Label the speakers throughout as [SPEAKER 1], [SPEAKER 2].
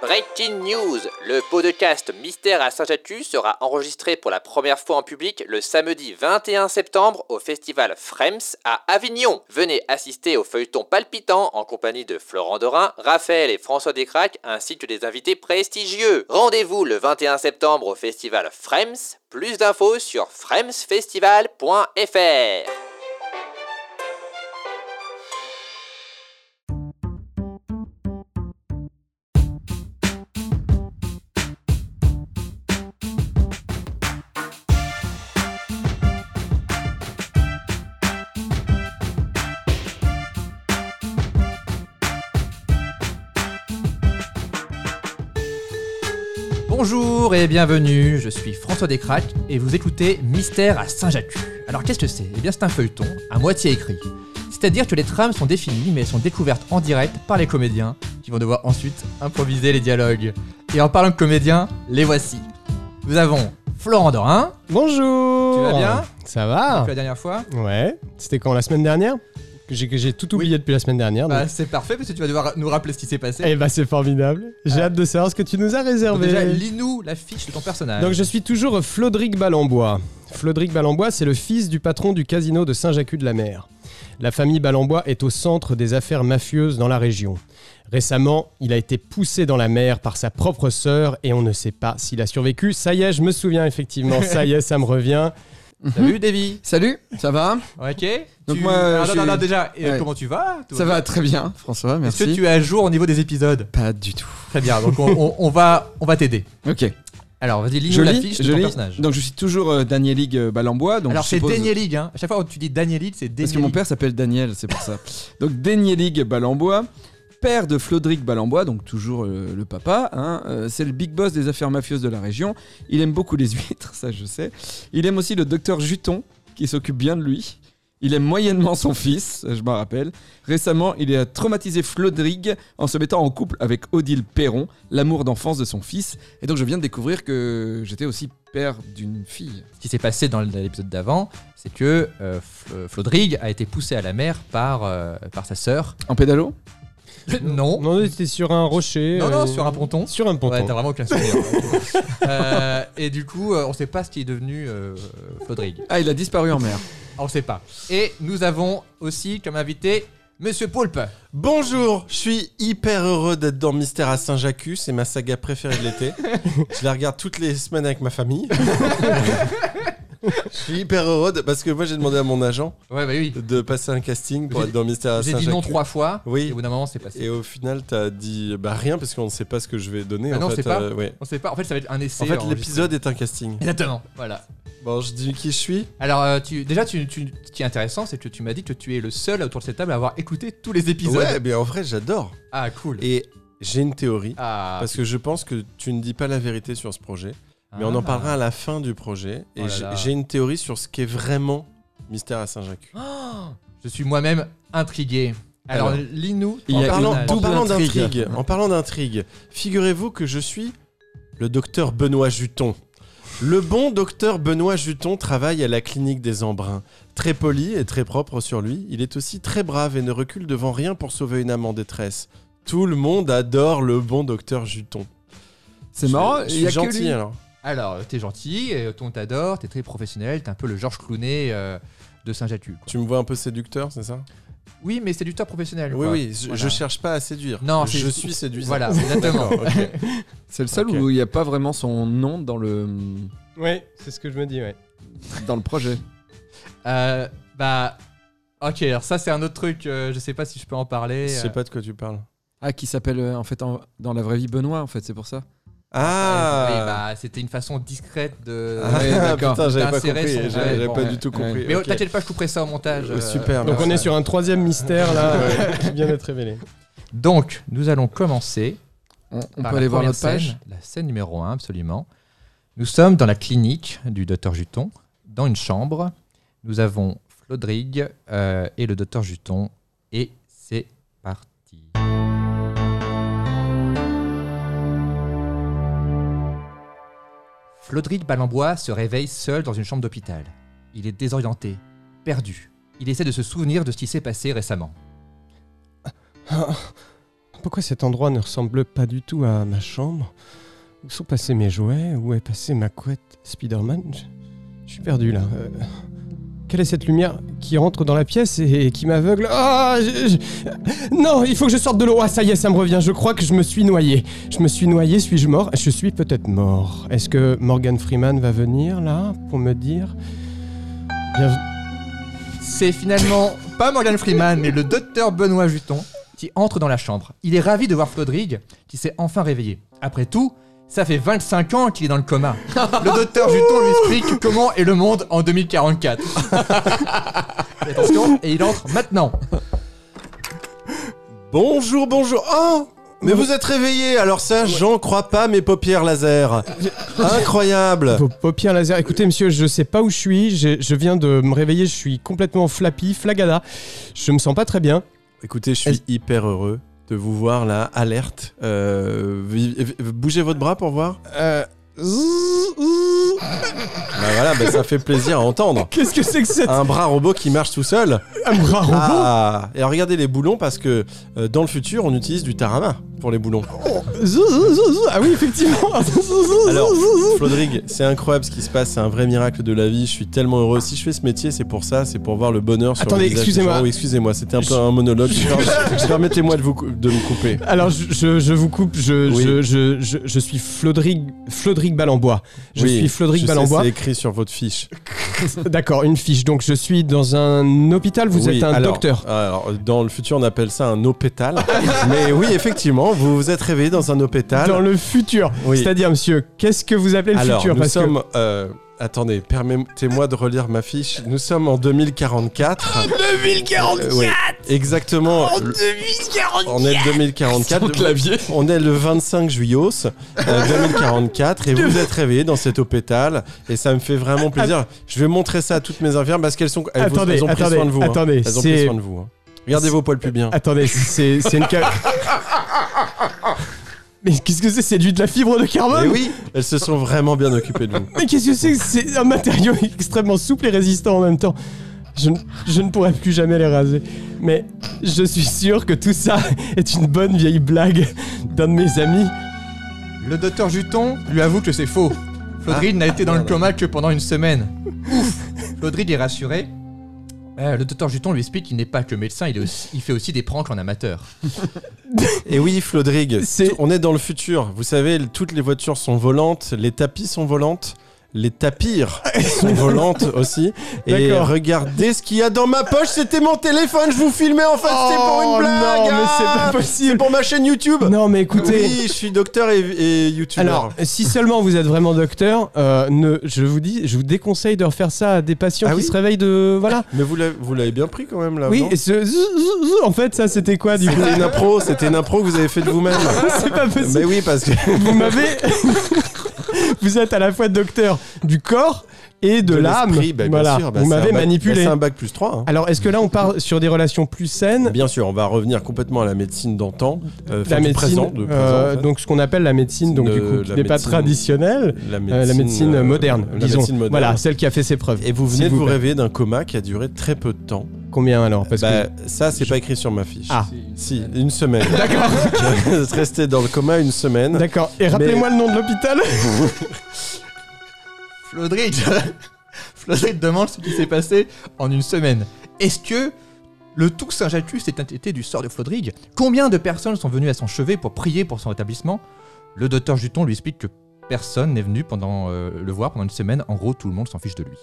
[SPEAKER 1] Breaking news Le podcast Mystère à Saint-Jatu sera enregistré pour la première fois en public le samedi 21 septembre au festival Frems à Avignon. Venez assister au feuilleton palpitant en compagnie de Florent Dorin, Raphaël et François Descraques ainsi que des invités prestigieux. Rendez-vous le 21 septembre au festival Frems. Plus d'infos sur fremsfestival.fr. Bonjour et bienvenue, je suis François Descraques et vous écoutez Mystère à Saint-Jacques. Alors qu'est-ce que c'est Eh bien c'est un feuilleton, à moitié écrit. C'est-à-dire que les trames sont définies mais elles sont découvertes en direct par les comédiens qui vont devoir ensuite improviser les dialogues. Et en parlant de comédiens, les voici. Nous avons Florent Dorin,
[SPEAKER 2] Bonjour
[SPEAKER 1] Tu vas bien
[SPEAKER 2] Ça
[SPEAKER 1] depuis
[SPEAKER 3] Ah.
[SPEAKER 2] va
[SPEAKER 1] la dernière fois.
[SPEAKER 2] Ouais. C'était quand la semaine dernière Que J'ai que j'ai tout oublié depuis la semaine dernière. donc.
[SPEAKER 1] Bah, c'est parfait parce que tu vas devoir nous rappeler ce qui s'est passé.
[SPEAKER 2] Eh bah c'est formidable. J'ai hâte de savoir ce que tu nous as
[SPEAKER 1] Donc,
[SPEAKER 3] Eh,
[SPEAKER 2] réservé.
[SPEAKER 1] Ah. déjà, lis-nous la fiche de ton personnage.
[SPEAKER 2] Donc je suis toujours Flodric Balambois. Flodric Balambois, c'est le fils du patron du casino de Saint-Jacques-de-la-Mer. La famille Balambois est au centre des affaires mafieuses dans la région. Récemment, il a été poussé dans la mer par sa propre sœur et on ne sait pas s'il a survécu. Ça y est, je me souviens effectivement. Ça y est, ça me revient.
[SPEAKER 1] Salut
[SPEAKER 4] Hum
[SPEAKER 1] Davy
[SPEAKER 4] Salut, ça va
[SPEAKER 1] Ok
[SPEAKER 4] Donc,
[SPEAKER 1] Tu-
[SPEAKER 4] moi,
[SPEAKER 1] Ah,
[SPEAKER 4] je
[SPEAKER 1] non, non,
[SPEAKER 4] suis-
[SPEAKER 1] non, déjà, et, euh,
[SPEAKER 4] Ouais.
[SPEAKER 1] comment tu vas Tout
[SPEAKER 4] Ça va très bien, François,
[SPEAKER 1] Est-ce
[SPEAKER 4] merci.
[SPEAKER 1] que tu es à jour au niveau des épisodes
[SPEAKER 4] Pas du tout.
[SPEAKER 1] Très bien, donc on, on- on va, on va t'aider.
[SPEAKER 4] Ok,
[SPEAKER 1] Alors, vas-y,
[SPEAKER 4] je
[SPEAKER 1] lis-nous la
[SPEAKER 4] lis,
[SPEAKER 1] fiche de
[SPEAKER 4] je
[SPEAKER 1] ton
[SPEAKER 4] lis.
[SPEAKER 1] personnage.
[SPEAKER 4] Donc je suis toujours euh, Daniel League euh, Balambois. Donc
[SPEAKER 1] Alors,
[SPEAKER 4] je
[SPEAKER 1] c'est
[SPEAKER 4] suppose-
[SPEAKER 1] Daniel League, hein. À chaque fois que tu dis Daniel League, c'est Daniel
[SPEAKER 4] Parce que mon père s'appelle Daniel, c'est pour ça. donc Daniel League Balambois, père de Flodric Balambois, donc toujours euh, le papa. hein, euh, c'est le big boss des affaires mafieuses de la région. Il aime beaucoup les huîtres, ça je sais. Il aime aussi le docteur Juton, qui s'occupe bien de lui. Il aime moyennement son fils, je m'en rappelle. Récemment, il a traumatisé Flodrig en se mettant en couple avec Odile Perron, l'amour d'enfance de son fils. Et donc, je viens de découvrir que j'étais aussi père d'une fille.
[SPEAKER 1] Ce qui s'est passé dans l'épisode d'avant, c'est que euh, Fl- Flodrig a été poussé à la mer par, euh, par sa sœur.
[SPEAKER 4] En pédalo
[SPEAKER 3] Oh.
[SPEAKER 1] non.
[SPEAKER 2] Non, c'était sur un rocher.
[SPEAKER 1] Non, non,
[SPEAKER 2] euh,
[SPEAKER 1] sur un ponton.
[SPEAKER 2] Sur un ponton.
[SPEAKER 1] Ouais, t'as vraiment aucun souvenir. Euh, et du coup, euh, on sait pas ce qui est devenu euh, Flodrig.
[SPEAKER 4] Ah, il a disparu en mer.
[SPEAKER 1] On sait pas. Et nous avons aussi comme invité Monsieur Poulpe.
[SPEAKER 3] Bonjour, je suis hyper heureux d'être dans Mystère à Saint-Jacques. C'est ma saga préférée de l'été. je la regarde toutes les semaines avec ma famille. je suis hyper heureux de- parce que moi j'ai demandé à mon agent
[SPEAKER 1] Ouais, bah oui.
[SPEAKER 3] de passer un casting pour
[SPEAKER 1] J'ai-
[SPEAKER 3] être dans Mystère à
[SPEAKER 1] J'ai dit non
[SPEAKER 3] Saint-Jacques.
[SPEAKER 1] trois fois.
[SPEAKER 3] Ah, Oui.
[SPEAKER 1] Et au bout d'un moment, c'est passé.
[SPEAKER 3] Et au final, t'as dit bah rien parce qu'on ne sait pas ce que je vais donner.
[SPEAKER 1] Ah
[SPEAKER 3] en
[SPEAKER 1] non, c'est
[SPEAKER 3] fait,
[SPEAKER 1] pas.
[SPEAKER 3] euh, ouais.
[SPEAKER 1] On sait pas. En fait, ça va être un essai.
[SPEAKER 3] En fait,
[SPEAKER 1] enregistré.
[SPEAKER 3] l'épisode est un casting.
[SPEAKER 1] Exactement. Voilà.
[SPEAKER 3] Bon, je dis qui je suis.
[SPEAKER 1] Alors, euh, tu, déjà, tu, tu- ce qui est intéressant, c'est que tu m'as dit que tu es le seul autour de cette table à avoir écouté tous les épisodes.
[SPEAKER 3] Ouais, mais en vrai, j'adore.
[SPEAKER 1] Ah, cool.
[SPEAKER 3] Et j'ai une théorie
[SPEAKER 1] Ah,
[SPEAKER 3] parce que je pense que tu ne dis pas la vérité sur ce projet. Mais on en
[SPEAKER 1] Ah.
[SPEAKER 3] parlera à la fin du projet. Et
[SPEAKER 1] Oh là
[SPEAKER 3] j'ai-
[SPEAKER 1] là.
[SPEAKER 3] j'ai une théorie sur ce qu'est vraiment Mystère à Saint-Jacques.
[SPEAKER 1] Oh, je suis moi-même intrigué. Alors,
[SPEAKER 3] Alors,
[SPEAKER 1] lis-nous.
[SPEAKER 4] il
[SPEAKER 1] ton
[SPEAKER 3] En
[SPEAKER 4] y a une
[SPEAKER 3] parlant-
[SPEAKER 1] personnage.
[SPEAKER 3] en
[SPEAKER 4] double
[SPEAKER 3] parlant
[SPEAKER 4] intrigue.
[SPEAKER 3] d'intrigue, en parlant d'intrigue, figurez-vous que je suis le docteur Benoît Juton. Le bon docteur Benoît Juton travaille à la clinique des Embruns. Très poli et très propre sur lui, il est aussi très brave et ne recule devant rien pour sauver une âme en détresse. Tout le monde adore le bon docteur Juton.
[SPEAKER 4] C'est
[SPEAKER 3] Je-
[SPEAKER 4] marrant,
[SPEAKER 3] je
[SPEAKER 4] il y a
[SPEAKER 3] suis
[SPEAKER 4] que
[SPEAKER 3] gentil
[SPEAKER 4] lui.
[SPEAKER 3] alors.
[SPEAKER 1] Alors, t'es gentil, et on t'adore, t'es très professionnel, t'es un peu le Georges Clooney euh, de Saint-Jatu.
[SPEAKER 3] Tu me vois un peu séducteur, c'est ça
[SPEAKER 1] Oui, mais c'est du top professionnel.
[SPEAKER 3] Oui,
[SPEAKER 1] quoi.
[SPEAKER 3] oui, je,
[SPEAKER 1] Voilà.
[SPEAKER 3] je cherche pas à séduire.
[SPEAKER 1] Non, c'est-
[SPEAKER 3] je suis séduisant.
[SPEAKER 1] Voilà, exactement.
[SPEAKER 3] D'accord, ok.
[SPEAKER 4] C'est le seul
[SPEAKER 3] Ok.
[SPEAKER 4] où il n'y a pas vraiment son nom dans le,
[SPEAKER 2] Ouais, c'est ce que je me dis, ouais.
[SPEAKER 4] dans le projet.
[SPEAKER 1] Euh, bah, ok, alors ça, c'est un autre truc, euh, je sais pas si je peux en parler.
[SPEAKER 3] Je
[SPEAKER 1] euh.
[SPEAKER 3] sais pas de quoi tu parles.
[SPEAKER 4] Ah, qui s'appelle euh, en fait en- dans la vraie vie Benoît, en fait, c'est pour ça.
[SPEAKER 1] Oui,
[SPEAKER 3] Ah,
[SPEAKER 1] bah, euh, c'était une façon discrète de.
[SPEAKER 3] Ah,
[SPEAKER 4] Ouais, d'accord.
[SPEAKER 3] Putain, j'avais pas
[SPEAKER 1] D'insérer
[SPEAKER 3] compris.
[SPEAKER 1] son-
[SPEAKER 3] J'avais
[SPEAKER 1] ouais,
[SPEAKER 3] j'avais
[SPEAKER 1] bon,
[SPEAKER 3] pas
[SPEAKER 1] ouais.
[SPEAKER 3] du tout compris.
[SPEAKER 1] Mais oh,
[SPEAKER 3] ok.
[SPEAKER 1] t'inquiète pas, je couperai ça au montage.
[SPEAKER 3] Euh,
[SPEAKER 1] euh.
[SPEAKER 3] Super.
[SPEAKER 2] Donc on est
[SPEAKER 3] merci.
[SPEAKER 2] sur un troisième mystère là qui vient d'être révélé.
[SPEAKER 1] Donc, nous allons commencer.
[SPEAKER 4] On, on
[SPEAKER 1] par
[SPEAKER 4] peut
[SPEAKER 1] la
[SPEAKER 4] aller voir
[SPEAKER 1] première
[SPEAKER 4] notre page.
[SPEAKER 1] scène, La scène numéro 1, absolument. Nous sommes dans la clinique du docteur Juton, dans une chambre. Nous avons Flodrig euh, et le docteur Juton. Et c'est parti. Flodrig Balambois se réveille seul dans une chambre d'hôpital. Il est désorienté, perdu. Il essaie de se souvenir de ce qui s'est passé récemment.
[SPEAKER 2] Pourquoi cet endroit ne ressemble pas du tout à ma chambre Où sont passés mes jouets Où est passée ma couette Spider-Man Je- Je suis perdu là. Euh, Quelle est cette lumière qui rentre dans la pièce et, et qui m'aveugle Ah je- je- Non, il faut que je sorte de l'eau. Ah ça y est, ça me revient. Je crois que je me suis noyé. Je me suis noyé, suis-je mort Je suis peut-être mort. Est-ce que Morgan Freeman va venir là pour me dire Bienvenue-
[SPEAKER 1] C'est finalement pas Morgan Freeman, mais le docteur Benoît Juton qui entre dans la chambre. Il est ravi de voir Flodrig qui s'est enfin réveillé. Après tout, ça fait 25 ans qu'il est dans le coma. Le docteur Juton lui explique comment est le monde en 2044. Et attention, et il entre maintenant.
[SPEAKER 3] Bonjour, bonjour. Oh Mais vous êtes réveillé, alors ça, j'en crois pas mes paupières laser. Incroyable.
[SPEAKER 2] Vos paupières laser. Écoutez, monsieur, je sais pas où je suis. Je, je viens de me réveiller. Je suis complètement flappy, flagada. Je me sens pas très bien.
[SPEAKER 3] Écoutez, je suis hyper heureux de vous voir là, alerte. Euh, vi- vi- bougez votre bras pour voir.
[SPEAKER 2] Euh,
[SPEAKER 3] Bah voilà, bah ça fait plaisir à entendre.
[SPEAKER 2] Qu'est-ce que c'est que cet
[SPEAKER 3] Un bras robot qui marche tout seul.
[SPEAKER 2] un bras robot
[SPEAKER 3] Ah Et alors regardez les boulons parce que euh, dans le futur, on utilise du tarama pour les boulons.
[SPEAKER 2] Zou, zou, zou, zou. Ah oui, effectivement. Zou, zou, zou,
[SPEAKER 3] Alors,
[SPEAKER 2] zou, zou.
[SPEAKER 3] Flodrig, c'est incroyable ce qui se passe, c'est un vrai miracle de la vie. Je suis tellement heureux. Si je fais ce métier, c'est pour ça, c'est pour voir le bonheur sur
[SPEAKER 2] Attendez,
[SPEAKER 3] le visage des
[SPEAKER 2] excusez-moi.
[SPEAKER 3] gens. Oui, excusez-moi, c'était un peu un monologue. Permettez-moi de, vous cou- de me couper.
[SPEAKER 2] Alors, je, je- je vous coupe. Je,
[SPEAKER 3] Oui.
[SPEAKER 2] je, je, je, je suis Flodrig, Flodrig Balambois. Je
[SPEAKER 3] Oui,
[SPEAKER 2] suis Flodrig
[SPEAKER 3] je sais,
[SPEAKER 2] Balambois.
[SPEAKER 3] C'est écrit sur votre fiche.
[SPEAKER 2] D'accord, une fiche. Donc, je suis dans un hôpital. Vous
[SPEAKER 3] Oui,
[SPEAKER 2] êtes un
[SPEAKER 3] alors-
[SPEAKER 2] docteur.
[SPEAKER 3] Alors, dans le futur, on appelle ça un hôpital. Mais oui, effectivement, vous vous êtes réveillé dans un hôpital.
[SPEAKER 2] Dans le futur.
[SPEAKER 3] Oui.
[SPEAKER 2] C'est-à-dire, monsieur, qu'est-ce que vous appelez le
[SPEAKER 3] Alors,
[SPEAKER 2] futur
[SPEAKER 3] nous
[SPEAKER 2] Parce que-
[SPEAKER 3] sommes. euh, attendez, permettez-moi de relire ma fiche. Nous sommes en 2044. 2044 Euh, Exactement. En 2044 On est le 2044.
[SPEAKER 4] clavier.
[SPEAKER 3] On est le 25 juillet euh, 2044 et vous êtes réveillé dans cet hôpital et ça me fait vraiment plaisir. Je vais montrer ça à toutes mes infirmières parce qu'elles sont elles, vous-
[SPEAKER 2] Attendez,
[SPEAKER 3] elles ont pris
[SPEAKER 2] attendez,
[SPEAKER 3] soin de vous. hein.
[SPEAKER 2] attendez,
[SPEAKER 3] Elles ont
[SPEAKER 2] c'est- Ah,
[SPEAKER 3] pris soin de vous. hein. Regardez vos poils pubiens.
[SPEAKER 2] Attendez, c'est c'est une ca- Mais qu'est-ce que c'est C'est du de la fibre de
[SPEAKER 3] Mais
[SPEAKER 2] carbone
[SPEAKER 3] Eh oui, elles se sont vraiment bien occupées de vous.
[SPEAKER 2] Mais qu'est-ce que c'est que C'est un matériau extrêmement souple et résistant en même temps. Je, ne- je ne pourrai plus jamais les raser. Mais je suis sûr que tout ça est une bonne vieille blague d'un de mes amis.
[SPEAKER 1] Le docteur Juton lui avoue que c'est faux. Flodrig n'a été dans le coma que pendant une semaine. Ouf Flodrig est rassuré. Euh, le docteur Juton lui explique qu'il n'est pas que médecin, il, est aussi- il fait aussi des pranks en amateur.
[SPEAKER 3] Et oui, Flodrig,
[SPEAKER 2] C'est-
[SPEAKER 3] tout- on est dans le futur. Vous savez, l- toutes les voitures sont volantes, les tapis sont volantes, les tapirs sont volantes aussi. Et
[SPEAKER 2] D'accord.
[SPEAKER 3] regardez ce qu'il y a dans ma poche, c'était mon téléphone, je vous filmais en fait, c'était pour
[SPEAKER 2] Oh,
[SPEAKER 3] une blague.
[SPEAKER 2] Non, mais c'est
[SPEAKER 3] ah,
[SPEAKER 2] pas
[SPEAKER 3] c'est
[SPEAKER 2] possible.
[SPEAKER 3] pour ma chaîne YouTube.
[SPEAKER 2] Non, mais écoutez.
[SPEAKER 3] Oui, je suis docteur et, et youtubeur.
[SPEAKER 2] Alors, si seulement vous êtes vraiment docteur, euh, ne, je vous dis, je vous déconseille de refaire ça à des patients
[SPEAKER 3] Ah
[SPEAKER 2] qui
[SPEAKER 3] oui Ah
[SPEAKER 2] se réveillent de, voilà.
[SPEAKER 3] mais vous l'avez vous l'avez bien pris quand même là.
[SPEAKER 2] Oui,
[SPEAKER 3] non
[SPEAKER 2] et ce, zou, zou, zou, en fait, ça, c'était quoi du coup
[SPEAKER 3] c'était une impro, c'était une impro que vous avez fait de vous-même.
[SPEAKER 2] C'est
[SPEAKER 3] Ah,
[SPEAKER 2] pas possible.
[SPEAKER 3] Mais oui, parce que
[SPEAKER 2] Vous m'avez. vous êtes à la fois docteur du corps et de, l'âme.
[SPEAKER 3] l'esprit, bah, bien
[SPEAKER 2] voilà.
[SPEAKER 3] sûr, bah,
[SPEAKER 2] vous
[SPEAKER 3] c'est un
[SPEAKER 2] m'avez
[SPEAKER 3] bac- bah,
[SPEAKER 2] manipulé.
[SPEAKER 3] C'est un bac plus hein. 3.
[SPEAKER 2] Alors, est-ce que là, on part sur des relations plus saines
[SPEAKER 3] Bien sûr, on va revenir complètement à la médecine d'antan, euh, enfin,
[SPEAKER 2] la
[SPEAKER 3] du
[SPEAKER 2] médecine,
[SPEAKER 3] présent, de présent,
[SPEAKER 2] euh,
[SPEAKER 3] en fait.
[SPEAKER 2] donc ce qu'on appelle la médecine, donc du
[SPEAKER 3] Médecine,
[SPEAKER 2] coup,
[SPEAKER 3] euh,
[SPEAKER 2] qui
[SPEAKER 3] la
[SPEAKER 2] n'est pas
[SPEAKER 3] médecine-
[SPEAKER 2] traditionelle,
[SPEAKER 3] la
[SPEAKER 2] euh, la médecine
[SPEAKER 3] euh,
[SPEAKER 2] moderne,
[SPEAKER 3] la
[SPEAKER 2] disons.
[SPEAKER 3] médecine moderne.
[SPEAKER 2] Voilà, celle qui a fait ses preuves.
[SPEAKER 3] Et vous
[SPEAKER 2] S'il
[SPEAKER 3] venez de vous
[SPEAKER 2] plaît.
[SPEAKER 3] réveiller d'un coma qui a duré très peu de temps.
[SPEAKER 2] Combien alors Parce
[SPEAKER 3] Bah,
[SPEAKER 2] que
[SPEAKER 3] ça, c'est pas écrit sur ma fiche.
[SPEAKER 2] Ah.
[SPEAKER 3] Si, une semaine. D'accord. Vous êtes resté dans le coma une semaine.
[SPEAKER 2] D'accord. Et rappelez-moi le nom de l'hôpital.
[SPEAKER 1] Flodrig Flodrig demande ce qui s'est passé en une semaine. Est-ce que le tout Saint-Jacques s'est inquiété du sort de Flodrig Combien de personnes sont venues à son chevet pour prier pour son rétablissement Le docteur Juton lui explique que personne n'est venu pendant euh, le voir pendant une semaine. En gros, tout le monde s'en fiche de lui.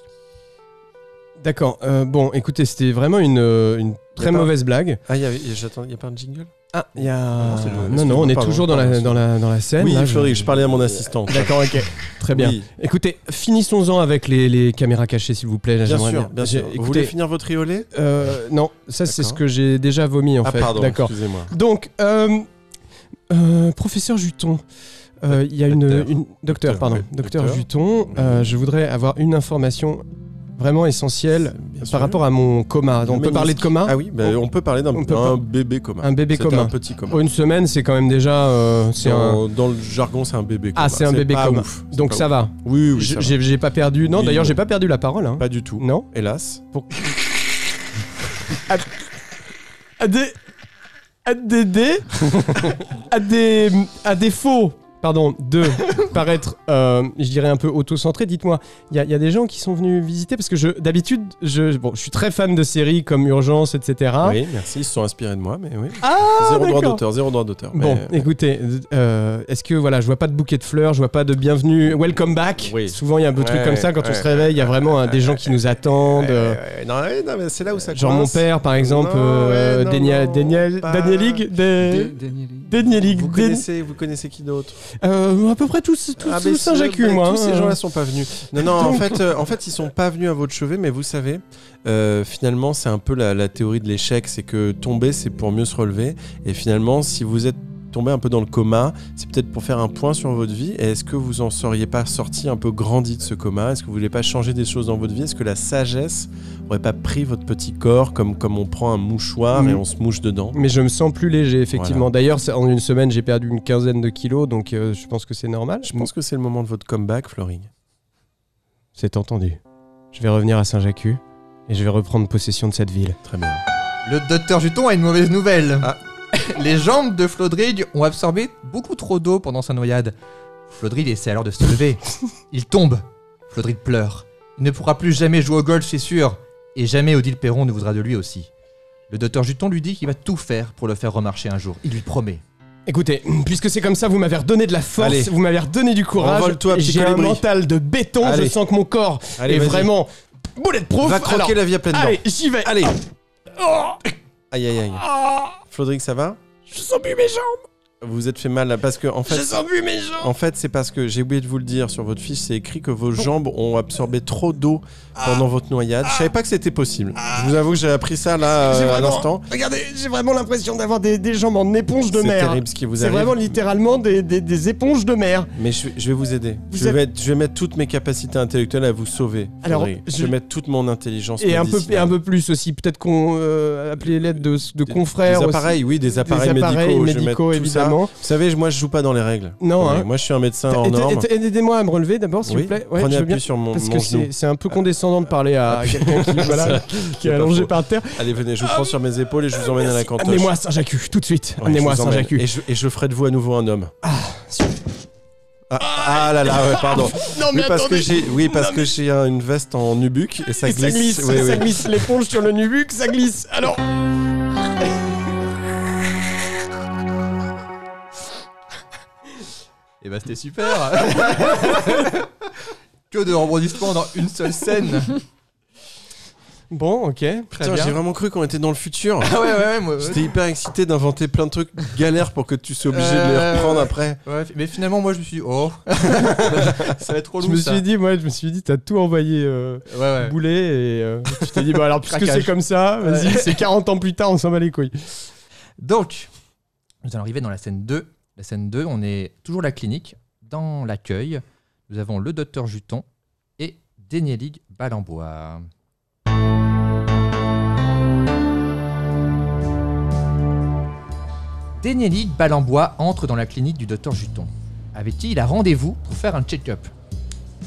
[SPEAKER 2] D'accord. euh, bon, écoutez, c'était vraiment une, euh, une
[SPEAKER 3] Y a
[SPEAKER 2] très
[SPEAKER 3] pas-
[SPEAKER 2] mauvaise blague.
[SPEAKER 3] Ah, il y a, y a- j'attends, y a pas un jingle
[SPEAKER 2] Ah, il y a.
[SPEAKER 3] Non, c'est le-
[SPEAKER 2] Non, non, on est
[SPEAKER 3] Pardon,
[SPEAKER 2] toujours dans la,
[SPEAKER 3] pardon.
[SPEAKER 2] dans la, dans la scène.
[SPEAKER 3] Oui,
[SPEAKER 2] Ben, là, je-
[SPEAKER 3] Floric, je parlais à mon assistante.
[SPEAKER 2] D'accord, ok. Très bien.
[SPEAKER 3] Oui,
[SPEAKER 2] Écoutez, finissons-en avec les, les caméras cachées, s'il vous plaît. là,
[SPEAKER 3] bien
[SPEAKER 2] j'aimerais
[SPEAKER 3] sûr, bien
[SPEAKER 2] J'ai-
[SPEAKER 3] sûr. Vous voulez
[SPEAKER 2] Écoutez,
[SPEAKER 3] finir votre riolet
[SPEAKER 2] euh, non, ça c'est
[SPEAKER 3] D'accord.
[SPEAKER 2] ce que j'ai déjà vomi en
[SPEAKER 3] Ah,
[SPEAKER 2] fait.
[SPEAKER 3] pardon,
[SPEAKER 2] D'accord.
[SPEAKER 3] excusez-moi.
[SPEAKER 2] Donc, euh, euh, professeur Juton, euh, il y a une,
[SPEAKER 3] Docteur.
[SPEAKER 2] une- docteur,
[SPEAKER 3] Docteur,
[SPEAKER 2] pardon,
[SPEAKER 3] oui,
[SPEAKER 2] docteur,
[SPEAKER 3] docteur.
[SPEAKER 2] Juton, euh, je voudrais avoir une information vraiment essentielle
[SPEAKER 3] Bien sûr.
[SPEAKER 2] par rapport à mon coma. Donc, on peut
[SPEAKER 3] Ménisque.
[SPEAKER 2] parler de coma.
[SPEAKER 3] Ah oui, bah, on peut parler d'un
[SPEAKER 2] On peut
[SPEAKER 3] un
[SPEAKER 2] pas-
[SPEAKER 3] bébé coma.
[SPEAKER 2] Un bébé
[SPEAKER 3] C'était
[SPEAKER 2] coma.
[SPEAKER 3] Un petit coma.
[SPEAKER 2] Une semaine, c'est quand même déjà, euh, c'est un.
[SPEAKER 3] dans, dans le jargon, c'est un bébé coma.
[SPEAKER 2] Ah, c'est un bébé
[SPEAKER 3] pas
[SPEAKER 2] coma.
[SPEAKER 3] ouf, c'est
[SPEAKER 2] Donc
[SPEAKER 3] pas
[SPEAKER 2] ça
[SPEAKER 3] ouf.
[SPEAKER 2] va.
[SPEAKER 3] Oui, oui,
[SPEAKER 2] J'ai
[SPEAKER 3] ça va.
[SPEAKER 2] j'ai pas perdu. Non,
[SPEAKER 3] Oui,
[SPEAKER 2] d'ailleurs,
[SPEAKER 3] non.
[SPEAKER 2] j'ai pas perdu la parole. hein.
[SPEAKER 3] Pas du tout.
[SPEAKER 2] Non.
[SPEAKER 3] Hélas.
[SPEAKER 2] Ah, des- ADD, à, des, à défaut pardon, de paraître, euh, je dirais, un peu auto-centré, dites-moi, il y, a- il y a des gens qui sont venus visiter Parce que je d'habitude, je, bon, je suis très fan de séries comme Urgence, etc.
[SPEAKER 3] Oui, merci, ils se sont inspirés de moi, mais oui.
[SPEAKER 2] Ah,
[SPEAKER 3] zéro droit
[SPEAKER 2] d'accord.
[SPEAKER 3] d'auteur, zéro droit d'auteur. mais-
[SPEAKER 2] Bon, écoutez, euh, est-ce que voilà, je vois pas de bouquet de fleurs, je vois pas de bienvenue, welcome back.
[SPEAKER 3] Oui.
[SPEAKER 2] Souvent, il y a un peu de
[SPEAKER 3] Ouais,
[SPEAKER 2] trucs comme ça quand on
[SPEAKER 3] ouais,
[SPEAKER 2] se réveille, il y a vraiment hein, des gens qui nous attendent.
[SPEAKER 3] Ouais,
[SPEAKER 2] euh,
[SPEAKER 3] ouais, ouais. Non, ouais, non, mais c'est là où ça
[SPEAKER 2] Genre mon
[SPEAKER 3] coince.
[SPEAKER 2] père, par exemple,
[SPEAKER 3] Non,
[SPEAKER 2] euh,
[SPEAKER 3] ouais, non,
[SPEAKER 2] Daniel,
[SPEAKER 3] non,
[SPEAKER 2] Daniel,
[SPEAKER 3] pas-
[SPEAKER 2] Daniel Hig, des- Daniel Hig,
[SPEAKER 3] Vous
[SPEAKER 2] Dan-
[SPEAKER 3] connaissez, vous connaissez qui d'autre
[SPEAKER 2] euh, à peu près tous, tous,
[SPEAKER 3] Ah,
[SPEAKER 2] tous
[SPEAKER 3] mais ce-
[SPEAKER 2] Saint-Jacques,
[SPEAKER 3] mais
[SPEAKER 2] moi.
[SPEAKER 3] Tous
[SPEAKER 2] hein.
[SPEAKER 3] ces gens-là sont pas venus. Non, non, en fait, euh, en fait, ils sont pas venus à votre chevet, mais vous savez, euh, finalement, c'est un peu la, la théorie de l'échec, c'est que tomber, c'est pour mieux se relever. Et finalement, si vous êtes tombé un peu dans le coma, c'est peut-être pour faire un point sur votre vie. Et est-ce que vous en seriez pas sorti un peu grandi de ce coma Est-ce que vous voulez pas changer des choses dans votre vie Est-ce que la sagesse aurait pas pris votre petit corps comme comme on prend un mouchoir et
[SPEAKER 2] Mm.
[SPEAKER 3] on se mouche dedans
[SPEAKER 2] Mais je me sens plus léger, effectivement. D'ailleurs, ça- en une semaine, j'ai perdu une quinzaine de kilos, donc euh, je pense que c'est normal.
[SPEAKER 3] Je pense que c'est le moment de votre comeback, Florine.
[SPEAKER 2] C'est entendu. Je vais revenir à Saint-Jacques et je vais reprendre possession de cette ville.
[SPEAKER 3] Très bien.
[SPEAKER 1] Le docteur Juton a une mauvaise nouvelle.
[SPEAKER 3] Ah.
[SPEAKER 1] Les jambes de Flodrig ont absorbé beaucoup trop d'eau pendant sa noyade. Flodrig essaie alors de se lever. Il tombe. Flodrig pleure. Il ne pourra plus jamais jouer au golf, c'est sûr. Et jamais Odile Perron ne voudra de lui aussi. Le docteur Juton lui dit qu'il va tout faire pour le faire remarcher un jour. Il lui promet.
[SPEAKER 2] Écoutez, puisque c'est comme ça, vous m'avez redonné de la force,
[SPEAKER 3] Allez.
[SPEAKER 2] vous m'avez redonné du courage.
[SPEAKER 3] Envole-toi, petit
[SPEAKER 2] J'ai un
[SPEAKER 3] colibri.
[SPEAKER 2] mental de béton, je
[SPEAKER 3] Allez.
[SPEAKER 2] sens que mon corps
[SPEAKER 3] Allez,
[SPEAKER 2] est
[SPEAKER 3] vas-y.
[SPEAKER 2] vraiment bulletproof.
[SPEAKER 3] Va croquer
[SPEAKER 2] Alors,
[SPEAKER 3] la vie à pleines dents.
[SPEAKER 2] Allez, j'y vais.
[SPEAKER 3] Allez.
[SPEAKER 2] Oh,
[SPEAKER 3] Aïe aïe aïe.
[SPEAKER 2] ah,
[SPEAKER 3] Flodric, ça va
[SPEAKER 2] je sens plus mes jambes.
[SPEAKER 3] Vous vous êtes fait mal là parce que en
[SPEAKER 2] je
[SPEAKER 3] fait,
[SPEAKER 2] sens plus mes jambes.
[SPEAKER 3] en fait, c'est parce que j'ai oublié de vous le dire sur votre fiche, c'est écrit que vos jambes ont absorbé trop d'eau
[SPEAKER 2] Ah.
[SPEAKER 3] pendant votre noyade. Je savais pas que c'était possible. Je vous avoue que j'ai appris ça là
[SPEAKER 2] J'ai
[SPEAKER 3] euh, à
[SPEAKER 2] vraiment-
[SPEAKER 3] l'instant.
[SPEAKER 2] Regardez, j'ai vraiment l'impression d'avoir des, des jambes en éponge de
[SPEAKER 3] C'est
[SPEAKER 2] mer.
[SPEAKER 3] terrible ce qui vous
[SPEAKER 2] C'est
[SPEAKER 3] arrive.
[SPEAKER 2] vraiment littéralement des, des- des éponges de mer.
[SPEAKER 3] Mais je, je vais vous aider.
[SPEAKER 2] Vous
[SPEAKER 3] je,
[SPEAKER 2] êtes-
[SPEAKER 3] vais, être- je vais mettre toutes mes capacités intellectuelles à vous sauver.
[SPEAKER 2] Alors,
[SPEAKER 3] Faudrait- je...
[SPEAKER 2] je-
[SPEAKER 3] vais mettre toute mon intelligence
[SPEAKER 2] Et un peu,
[SPEAKER 3] médicinale.
[SPEAKER 2] et un peu plus aussi, peut-être qu'on euh, appelait l'aide de, de
[SPEAKER 3] hein. Des-
[SPEAKER 2] confrères.
[SPEAKER 3] des
[SPEAKER 2] aussi.
[SPEAKER 3] appareils, oui, des appareils,
[SPEAKER 2] des appareils
[SPEAKER 3] médicaux, je vais
[SPEAKER 2] médicaux,
[SPEAKER 3] mettre tout ça.
[SPEAKER 2] évidemment.
[SPEAKER 3] Vous savez, je- moi je joue pas dans les règles.
[SPEAKER 2] Non,
[SPEAKER 3] Oui,
[SPEAKER 2] hein.
[SPEAKER 3] Moi je suis un médecin en
[SPEAKER 2] Aide-
[SPEAKER 3] norme.
[SPEAKER 2] aide- Aidez-moi à me relever d'abord, s'il
[SPEAKER 3] Oui,
[SPEAKER 2] vous plaît. Ouais,
[SPEAKER 3] Prenez
[SPEAKER 2] je veux
[SPEAKER 3] appui
[SPEAKER 2] bien.
[SPEAKER 3] sur mon,
[SPEAKER 2] Parce
[SPEAKER 3] mon
[SPEAKER 2] que
[SPEAKER 3] genou.
[SPEAKER 2] c'est c'est un peu condescendant de parler
[SPEAKER 3] Ah,
[SPEAKER 2] à quelqu'un qui, voilà, qui est
[SPEAKER 3] pas
[SPEAKER 2] allongé
[SPEAKER 3] faux.
[SPEAKER 2] par terre.
[SPEAKER 3] Allez, venez,
[SPEAKER 2] Ah
[SPEAKER 3] je vous prends sur mes épaules et je vous emmène à la cantoche.
[SPEAKER 2] Amenez-moi à Saint-Jacques, tout de suite.
[SPEAKER 3] Ouais,
[SPEAKER 2] Amenez-moi à
[SPEAKER 3] je vous emmène.
[SPEAKER 2] Saint-Jacques.
[SPEAKER 3] Et je, et je ferai de vous à nouveau un homme. Ah, ah, là là, ouais, pardon.
[SPEAKER 2] Non,
[SPEAKER 3] Oui, parce que
[SPEAKER 2] attendez.
[SPEAKER 3] j'ai, oui, parce que j'ai un- une veste en nubuck et ça
[SPEAKER 2] Et
[SPEAKER 3] glisse.
[SPEAKER 2] ça glisse,
[SPEAKER 3] Oui,
[SPEAKER 2] ça
[SPEAKER 3] oui.
[SPEAKER 2] glisse l'éponge sur le nubuck, ça glisse. Alors.
[SPEAKER 1] Et bah c'était super Que de rebondissements dans une seule scène
[SPEAKER 2] Bon, ok.
[SPEAKER 1] Très
[SPEAKER 3] Putain, j'ai
[SPEAKER 1] bien.
[SPEAKER 3] vraiment cru qu'on était dans le futur.
[SPEAKER 1] Ah ouais, ouais, ouais, moi, ouais.
[SPEAKER 3] J'étais hyper excité d'inventer plein de trucs galères pour que tu sois obligé de
[SPEAKER 1] Euh,
[SPEAKER 3] les reprendre
[SPEAKER 1] ouais.
[SPEAKER 3] après.
[SPEAKER 1] Ouais, mais finalement, moi, je me suis dit, oh, ça va être trop
[SPEAKER 2] Je
[SPEAKER 1] lourd.
[SPEAKER 2] me
[SPEAKER 1] ça.
[SPEAKER 2] suis dit, moi, je me suis dit, t'as tout envoyé euh,
[SPEAKER 1] Ouais, ouais.
[SPEAKER 2] boulet et euh, tu t'es dit, bah alors, puisque
[SPEAKER 1] Craquage.
[SPEAKER 2] c'est comme ça, vas-y,
[SPEAKER 1] Ouais.
[SPEAKER 2] c'est 40 ans plus tard, on s'en bat les couilles.
[SPEAKER 1] Donc, nous allons arriver dans la scène 2. La scène 2, on est toujours à la clinique, dans l'accueil. Nous avons le docteur Juton et Denielig Balambois. Denielig Balambois entre dans la clinique du docteur Juton. Avec qui il a rendez-vous pour faire un check-up.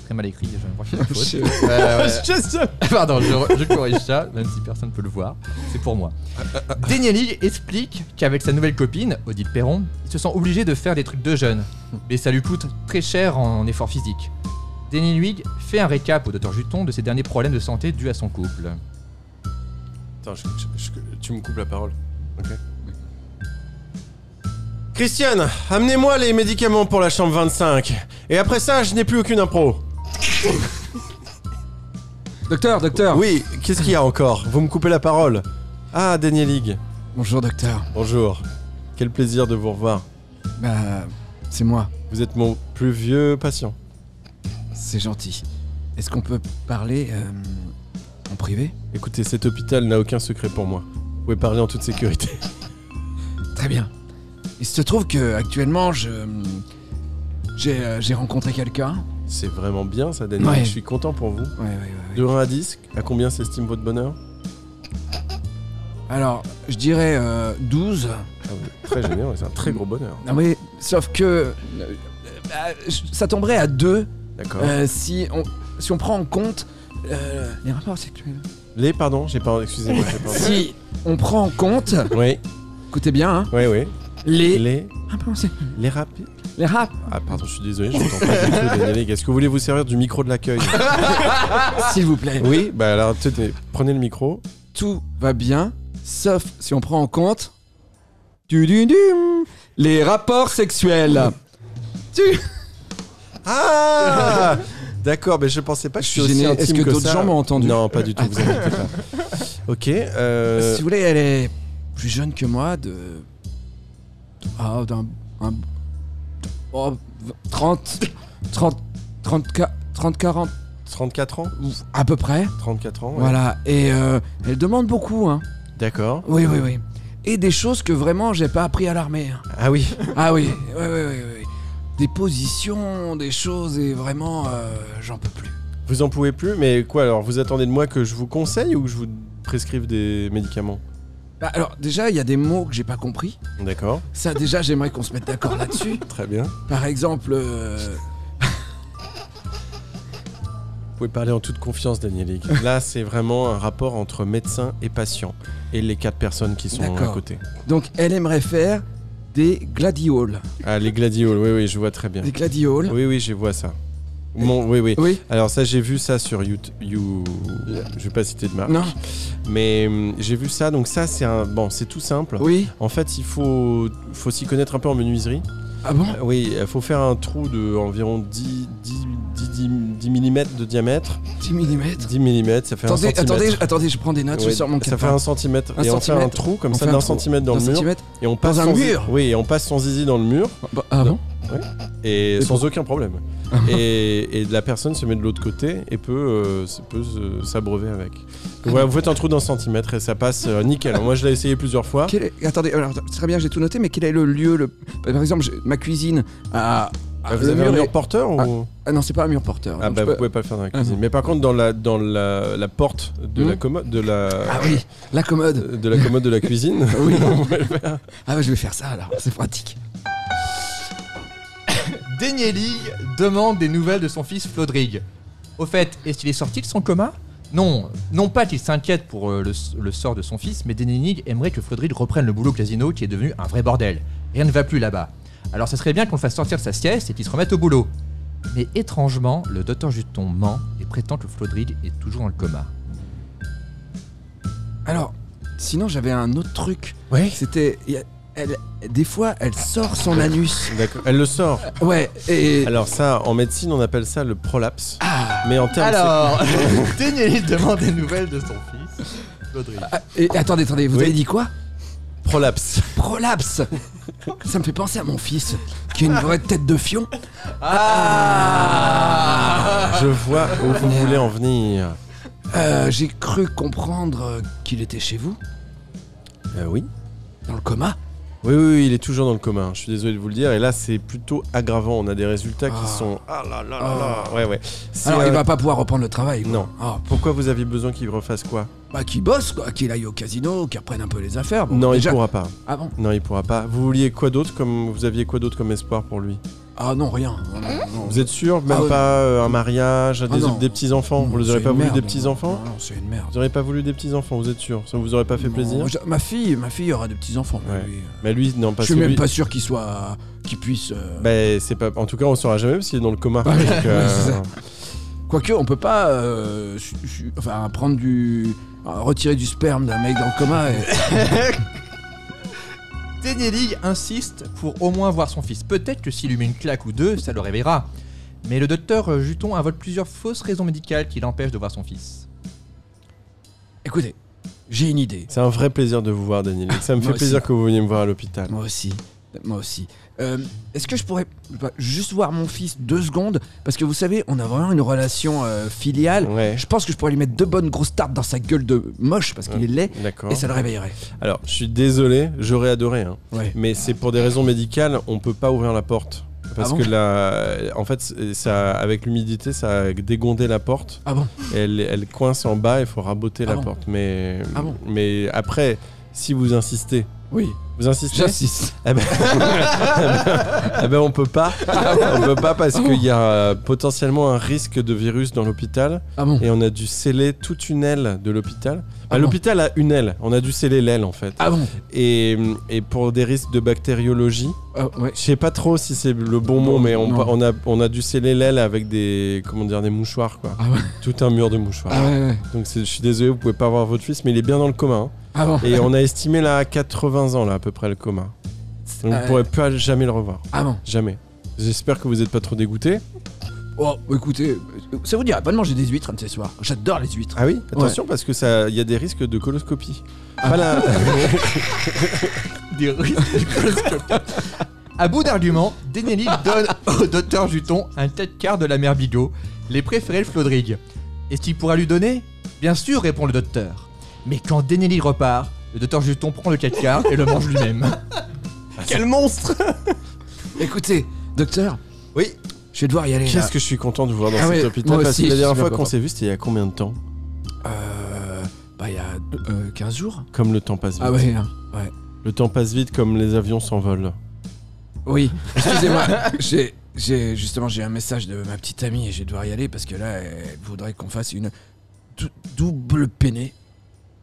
[SPEAKER 1] Très mal écrit, je crois qu'il y a une faute. Euh, Ouais, ouais, ouais.
[SPEAKER 2] Je sais.
[SPEAKER 1] Pardon, je, re- je corrige ça, même si personne ne peut le voir. C'est pour moi. Danieli explique qu'avec sa nouvelle copine, Odile Perron, il se sent obligé de faire des trucs de jeune. Mais ça lui coûte très cher en effort physique. Danieli fait un récap au docteur Juton de ses derniers problèmes de santé dus à son couple.
[SPEAKER 3] Attends, je- je- je- tu me coupes la parole. Ok. Christiane, amenez-moi les médicaments pour la chambre 25. Et après ça, je n'ai plus aucune impro.
[SPEAKER 4] Docteur, docteur.
[SPEAKER 3] Oui, qu'est-ce qu'il y a encore Vous me coupez la parole. Ah, Daniel League.
[SPEAKER 4] Bonjour, docteur.
[SPEAKER 3] Bonjour. Quel plaisir de vous revoir.
[SPEAKER 4] Bah, c'est moi.
[SPEAKER 3] Vous êtes mon plus vieux patient.
[SPEAKER 4] C'est gentil. Est-ce qu'on peut parler euh, en privé
[SPEAKER 3] Écoutez, cet hôpital n'a aucun secret pour moi. Vous pouvez parler en toute sécurité.
[SPEAKER 4] Très bien. Il se trouve que actuellement, je j'ai euh, j'ai rencontré quelqu'un.
[SPEAKER 3] C'est vraiment bien ça, Daniel.
[SPEAKER 4] Ouais.
[SPEAKER 3] Je suis content pour vous.
[SPEAKER 4] Ouais, ouais, ouais, ouais.
[SPEAKER 3] De 1 à 10, à combien s'estime votre bonheur
[SPEAKER 4] Alors, je dirais euh, 12.
[SPEAKER 3] Ah, vous êtes Très généreux, c'est un très gros bonheur.
[SPEAKER 4] Non mais sauf que euh, euh, bah, ça tomberait à 2
[SPEAKER 3] D'accord.
[SPEAKER 4] euh, si on si on prend en compte euh, les rapports sexuels.
[SPEAKER 3] Les, pardon, j'ai pas. Excusez-moi, j'ai pas.
[SPEAKER 4] Si on prend en compte
[SPEAKER 3] Oui.
[SPEAKER 4] Écoutez bien, hein.
[SPEAKER 3] Oui, oui.
[SPEAKER 4] Les.
[SPEAKER 3] Les,
[SPEAKER 4] Ah, pardon, c'est-
[SPEAKER 3] les rapides.
[SPEAKER 4] Les rap.
[SPEAKER 3] Ah, pardon, je suis désolé, je n'entends pas du tout, Daniel. Est-ce que vous voulez vous servir du micro de l'accueil
[SPEAKER 4] S'il vous plaît.
[SPEAKER 3] Oui, bah alors, tenez, prenez le micro.
[SPEAKER 4] Tout va bien, sauf si on prend en compte. Du, du, du, les rapports sexuels. Tu-
[SPEAKER 3] Ah D'accord, mais je pensais pas que
[SPEAKER 4] Je
[SPEAKER 3] je
[SPEAKER 4] suis
[SPEAKER 3] suis aussi
[SPEAKER 4] gêné.
[SPEAKER 3] intime
[SPEAKER 4] Est-ce que
[SPEAKER 3] que
[SPEAKER 4] d'autres
[SPEAKER 3] ça.
[SPEAKER 4] gens m'ont entendu
[SPEAKER 3] Non, pas du tout, vous inquiétez pas. Ok, euh,
[SPEAKER 4] Si vous voulez, elle est plus jeune que moi, de. Ah, d'un. un- oh, v- 30. 30. 30, 30, 40,
[SPEAKER 3] 34 ans
[SPEAKER 4] ou à peu près.
[SPEAKER 3] 34 ans, ouais.
[SPEAKER 4] Voilà. Et euh, elle demande beaucoup, hein.
[SPEAKER 3] D'accord.
[SPEAKER 4] Oui, oui, oui. Et des choses que vraiment j'ai pas appris à l'armée. hein.
[SPEAKER 3] Ah oui,
[SPEAKER 4] Ah oui, oui, oui, oui, oui. Des positions, des choses, et vraiment, euh, j'en peux plus.
[SPEAKER 3] vous en pouvez plus, mais quoi alors Vous attendez de moi que je vous conseille ou que je vous prescrive des médicaments
[SPEAKER 4] Bah, alors, déjà, il y a des mots que j'ai pas compris.
[SPEAKER 3] D'accord,
[SPEAKER 4] Ça, déjà, j'aimerais qu'on se mette d'accord là-dessus.
[SPEAKER 3] très bien.
[SPEAKER 4] Par exemple, euh,
[SPEAKER 3] Vous pouvez parler en toute confiance, Danielic. Là, c'est vraiment un rapport entre médecin et patient et les quatre personnes qui sont à
[SPEAKER 4] D'accord.
[SPEAKER 3] côté.
[SPEAKER 4] donc, elle aimerait faire des gladioles.
[SPEAKER 3] Ah, les gladioles, oui, oui, je vois très bien.
[SPEAKER 4] Des gladioles.
[SPEAKER 3] Oui, oui, je vois ça. Mon, oui, oui.
[SPEAKER 4] Oui.
[SPEAKER 3] Alors ça, j'ai vu ça sur YouTube. You... Je vais pas citer de marque.
[SPEAKER 4] Non.
[SPEAKER 3] Mais hum, j'ai vu ça, donc ça, c'est un... Bon, c'est tout simple.
[SPEAKER 4] Oui.
[SPEAKER 3] En fait, il faut, faut s'y connaître un peu en menuiserie.
[SPEAKER 4] Ah bon
[SPEAKER 3] Euh, Oui, il faut faire un trou de environ 10, 10, 10, 10, 10 mm de diamètre.
[SPEAKER 4] 10 mm.
[SPEAKER 3] 10 mm, ça fait un
[SPEAKER 4] Attendez,
[SPEAKER 3] centimètre.
[SPEAKER 4] attendez, je- attendez, je prends des notes, je
[SPEAKER 3] Ouais,
[SPEAKER 4] sors mon
[SPEAKER 3] ça
[SPEAKER 4] calepin.
[SPEAKER 3] fait un centimètre.
[SPEAKER 4] Un
[SPEAKER 3] et on fait un
[SPEAKER 4] centimètre.
[SPEAKER 3] trou comme
[SPEAKER 4] On
[SPEAKER 3] ça
[SPEAKER 4] fait un
[SPEAKER 3] d'un
[SPEAKER 4] trou.
[SPEAKER 3] centimètre dans
[SPEAKER 4] Un
[SPEAKER 3] le mur.
[SPEAKER 4] centimètre.
[SPEAKER 3] Et on passe
[SPEAKER 4] un
[SPEAKER 3] sans-
[SPEAKER 4] mur
[SPEAKER 3] Oui, et on passe sans zizi dans le mur.
[SPEAKER 4] Bah, ah bon
[SPEAKER 3] et
[SPEAKER 4] Et
[SPEAKER 3] sans aucun problème. et, et la personne se met de l'autre côté et peut, euh, se- peut se- s'abreuver avec. Donc voilà, vous faites un trou d'un centimètre et ça passe euh, nickel. Moi, je l'ai essayé plusieurs fois.
[SPEAKER 4] Quel est- Attendez, alors, c'est très bien, j'ai tout noté, mais quel est le lieu le... Par exemple, j'ai- ma cuisine à. à-
[SPEAKER 3] Ah, vous avez un mur
[SPEAKER 4] est-
[SPEAKER 3] porteur ou
[SPEAKER 4] Ah non, c'est pas un mur porteur.
[SPEAKER 3] Ah
[SPEAKER 4] donc
[SPEAKER 3] bah
[SPEAKER 4] je peux-
[SPEAKER 3] vous pouvez pas le faire dans la
[SPEAKER 4] Ah
[SPEAKER 3] cuisine. Mais par contre dans la dans la, la porte de
[SPEAKER 4] Hmm.
[SPEAKER 3] la commode de la
[SPEAKER 4] Ah oui, la commode.
[SPEAKER 3] de la commode de la cuisine.
[SPEAKER 4] Oui.
[SPEAKER 3] Euh, on pourrait le faire.
[SPEAKER 4] Ah bah, je vais faire ça alors, c'est pratique.
[SPEAKER 1] Danieli demande des nouvelles de son fils Flodrig. Au fait, est-ce qu'il est sorti de son coma Non, non pas qu'il s'inquiète pour euh, le, le sort de son fils, mais Danieli aimerait que Flodrig reprenne le boulot au casino qui est devenu un vrai bordel. Rien ne va plus là-bas. Alors ça serait bien qu'on le fasse sortir de sa sieste et qu'il se remette au boulot. Mais étrangement, le docteur Juton ment et prétend que Flodrig est toujours dans le coma.
[SPEAKER 4] Alors, sinon j'avais un autre truc.
[SPEAKER 3] Ouais.
[SPEAKER 4] C'était. il y a- Elle, des fois, elle sort son anus.
[SPEAKER 3] D'accord. Elle le sort.
[SPEAKER 4] Ouais, et. ah,
[SPEAKER 3] Alors ça en médecine on appelle ça le prolapse. Mais en termes
[SPEAKER 1] Alors, Danieli demande des nouvelles de son fils Flodrig.
[SPEAKER 4] Ah, et- attendez, attendez, vous
[SPEAKER 3] Oui.
[SPEAKER 4] avez dit quoi
[SPEAKER 3] c'est prolapse.
[SPEAKER 4] Prolapse Ça me fait penser à mon fils, qui a une vraie tête de fion.
[SPEAKER 3] Je vois où vous voulez en venir.
[SPEAKER 4] Euh, J'ai cru comprendre euh, qu'il était chez vous,
[SPEAKER 3] Euh, oui.
[SPEAKER 4] dans le coma.
[SPEAKER 3] Oui, oui, oui, il est toujours dans le commun. Je suis désolé de vous le dire. Et là, c'est plutôt aggravant. On a des résultats qui
[SPEAKER 4] Ah.
[SPEAKER 3] sont. Ah là là là là. Ouais, ouais. C'est,
[SPEAKER 4] Alors,
[SPEAKER 3] euh,
[SPEAKER 4] il va pas pouvoir reprendre le travail. quoi.
[SPEAKER 3] Non.
[SPEAKER 4] Ah,
[SPEAKER 3] Pourquoi vous aviez besoin qu'il refasse quoi
[SPEAKER 4] bah, qu'il bosse, quoi, qu'il aille au casino, qu'il reprenne un peu les affaires. Bon,
[SPEAKER 3] Non,
[SPEAKER 4] déjà-
[SPEAKER 3] il pourra pas.
[SPEAKER 4] Ah bon
[SPEAKER 3] Non, il pourra pas. Vous vouliez quoi d'autre comme vous aviez quoi d'autre comme espoir pour lui
[SPEAKER 4] Ah non, rien. Non, non, non.
[SPEAKER 3] Vous êtes sûr Même
[SPEAKER 4] Ah ouais. Ah,
[SPEAKER 3] pas euh, un mariage, des,
[SPEAKER 4] non.
[SPEAKER 3] des petits enfants. Vous
[SPEAKER 4] Non,
[SPEAKER 3] les aurez
[SPEAKER 4] c'est
[SPEAKER 3] pas
[SPEAKER 4] une
[SPEAKER 3] voulu
[SPEAKER 4] merde.
[SPEAKER 3] des petits enfants
[SPEAKER 4] Non, non, c'est une merde.
[SPEAKER 3] Vous auriez pas voulu des petits enfants. Vous êtes sûr Ça vous aurait pas fait
[SPEAKER 4] Non,
[SPEAKER 3] plaisir
[SPEAKER 4] moi, je- Ma fille, ma fille aura des petits enfants.
[SPEAKER 3] Ouais. Mais lui, non,
[SPEAKER 4] euh, Je
[SPEAKER 3] parce
[SPEAKER 4] suis
[SPEAKER 3] que
[SPEAKER 4] même
[SPEAKER 3] lui.
[SPEAKER 4] pas sûr qu'il soit, qu'il puisse. euh,
[SPEAKER 3] Bah, c'est pas. En tout cas, on saura jamais parce qu'il est dans le coma.
[SPEAKER 4] Ah, Ouais,
[SPEAKER 3] Donc,
[SPEAKER 4] ouais,
[SPEAKER 3] euh,
[SPEAKER 4] c'est ça. Quoique, on peut pas, euh, su- su- enfin, prendre du, euh, retirer du sperme d'un mec dans le coma. et-
[SPEAKER 1] Danieli insiste pour au moins voir son fils. Peut-être que s'il lui met une claque ou deux, ça le réveillera. Mais le docteur euh, Juton invoque plusieurs fausses raisons médicales qui l'empêchent de voir son fils.
[SPEAKER 4] Écoutez, j'ai une idée.
[SPEAKER 3] C'est un vrai plaisir de vous voir, Daniel. Ça me
[SPEAKER 4] Moi
[SPEAKER 3] fait plaisir
[SPEAKER 4] aussi.
[SPEAKER 3] que vous veniez me voir à l'hôpital.
[SPEAKER 4] Moi aussi, moi aussi. Euh, Est-ce que je pourrais bah, juste voir mon fils deux secondes Parce que vous savez, on a vraiment une relation euh, filiale.
[SPEAKER 3] Ouais.
[SPEAKER 4] Je pense que je pourrais lui mettre deux bonnes grosses tartes dans sa gueule de moche parce qu'il
[SPEAKER 3] Ouais.
[SPEAKER 4] est laid
[SPEAKER 3] D'accord.
[SPEAKER 4] et ça le réveillerait.
[SPEAKER 3] Alors, je suis désolé, j'aurais adoré, hein.
[SPEAKER 4] Ouais.
[SPEAKER 3] mais c'est pour des raisons médicales, on peut pas ouvrir la porte. Parce
[SPEAKER 4] Ah bon
[SPEAKER 3] que là, en fait, c'est- ça, avec l'humidité, ça a dégondé la porte.
[SPEAKER 4] Ah bon
[SPEAKER 3] Elle, elle coince en bas, il faut raboter
[SPEAKER 4] Ah
[SPEAKER 3] la
[SPEAKER 4] bon
[SPEAKER 3] porte. Mais,
[SPEAKER 4] Ah bon
[SPEAKER 3] mais après, si vous insistez, Oui. Vous insistez
[SPEAKER 4] J'insiste.
[SPEAKER 3] Eh ben, eh ben, on peut pas. On peut pas parce qu'il y a euh, potentiellement un risque de virus dans l'hôpital
[SPEAKER 4] Ah bon
[SPEAKER 3] et on a dû sceller toute une aile de l'hôpital. Bah,
[SPEAKER 4] Ah bon.
[SPEAKER 3] l'hôpital a une aile. On a dû sceller l'aile en fait.
[SPEAKER 4] Ah bon
[SPEAKER 3] Et, et pour des risques de bactériologie,
[SPEAKER 4] Ah ouais.
[SPEAKER 3] je sais pas trop si c'est le bon mot,
[SPEAKER 4] Non,
[SPEAKER 3] mais on,
[SPEAKER 4] non.
[SPEAKER 3] on a on a dû sceller l'aile avec des comment dire des mouchoirs quoi.
[SPEAKER 4] Ah ouais.
[SPEAKER 3] Tout un mur de mouchoirs.
[SPEAKER 4] Ah ouais, ouais.
[SPEAKER 3] Donc c'est- je suis désolé, vous pouvez pas voir votre fils, mais il est bien dans le commun. hein.
[SPEAKER 4] Ah bon
[SPEAKER 3] Et on a estimé là à 80 ans là à peu près le commun. Donc
[SPEAKER 4] Ah
[SPEAKER 3] vous pourrez plus jamais le revoir.
[SPEAKER 4] Ah bon
[SPEAKER 3] Jamais. J'espère que vous n'êtes pas trop dégoûté.
[SPEAKER 4] Oh, écoutez, euh, ça vous dirait pas de manger des huîtres un de ces soirs J'adore les huîtres.
[SPEAKER 3] Ah oui Attention parce que ça il y a des risques de coloscopie.
[SPEAKER 4] Ah.
[SPEAKER 3] Pas la-
[SPEAKER 1] Des risques coloscopiques. À bout d'arguments, Denelli donne au docteur Juton un tête quart de la mère Bigot, les préférés de Flodrig. Est-ce qu'il pourra lui donner Bien sûr, répond le docteur. Mais quand Denelli repart, le docteur Juton prend le tête quart et le mange lui-même.
[SPEAKER 3] Ah,
[SPEAKER 2] Quel monstre
[SPEAKER 4] Écoutez, docteur,
[SPEAKER 3] Oui.
[SPEAKER 4] je vais devoir y aller. là.
[SPEAKER 3] Qu'est-ce que je suis content de vous voir dans
[SPEAKER 4] Ah
[SPEAKER 3] cet
[SPEAKER 4] ouais,
[SPEAKER 3] hôpital
[SPEAKER 4] moi
[SPEAKER 3] parce
[SPEAKER 4] aussi,
[SPEAKER 3] que la
[SPEAKER 4] je
[SPEAKER 3] dernière
[SPEAKER 4] suis
[SPEAKER 3] fois
[SPEAKER 4] là,
[SPEAKER 3] qu'on
[SPEAKER 4] papa.
[SPEAKER 3] s'est vu c'était il y a combien de temps
[SPEAKER 4] Euh, bah, il y a euh, 15 jours.
[SPEAKER 3] Comme le temps passe vite.
[SPEAKER 4] Ah ouais, hein, ouais.
[SPEAKER 3] Le temps passe vite comme les avions s'envolent.
[SPEAKER 4] Oui, excusez-moi. j'ai, j'ai- justement, j'ai un message de ma petite amie et je vais devoir y aller parce que là, elle voudrait qu'on fasse une dou- double peinée.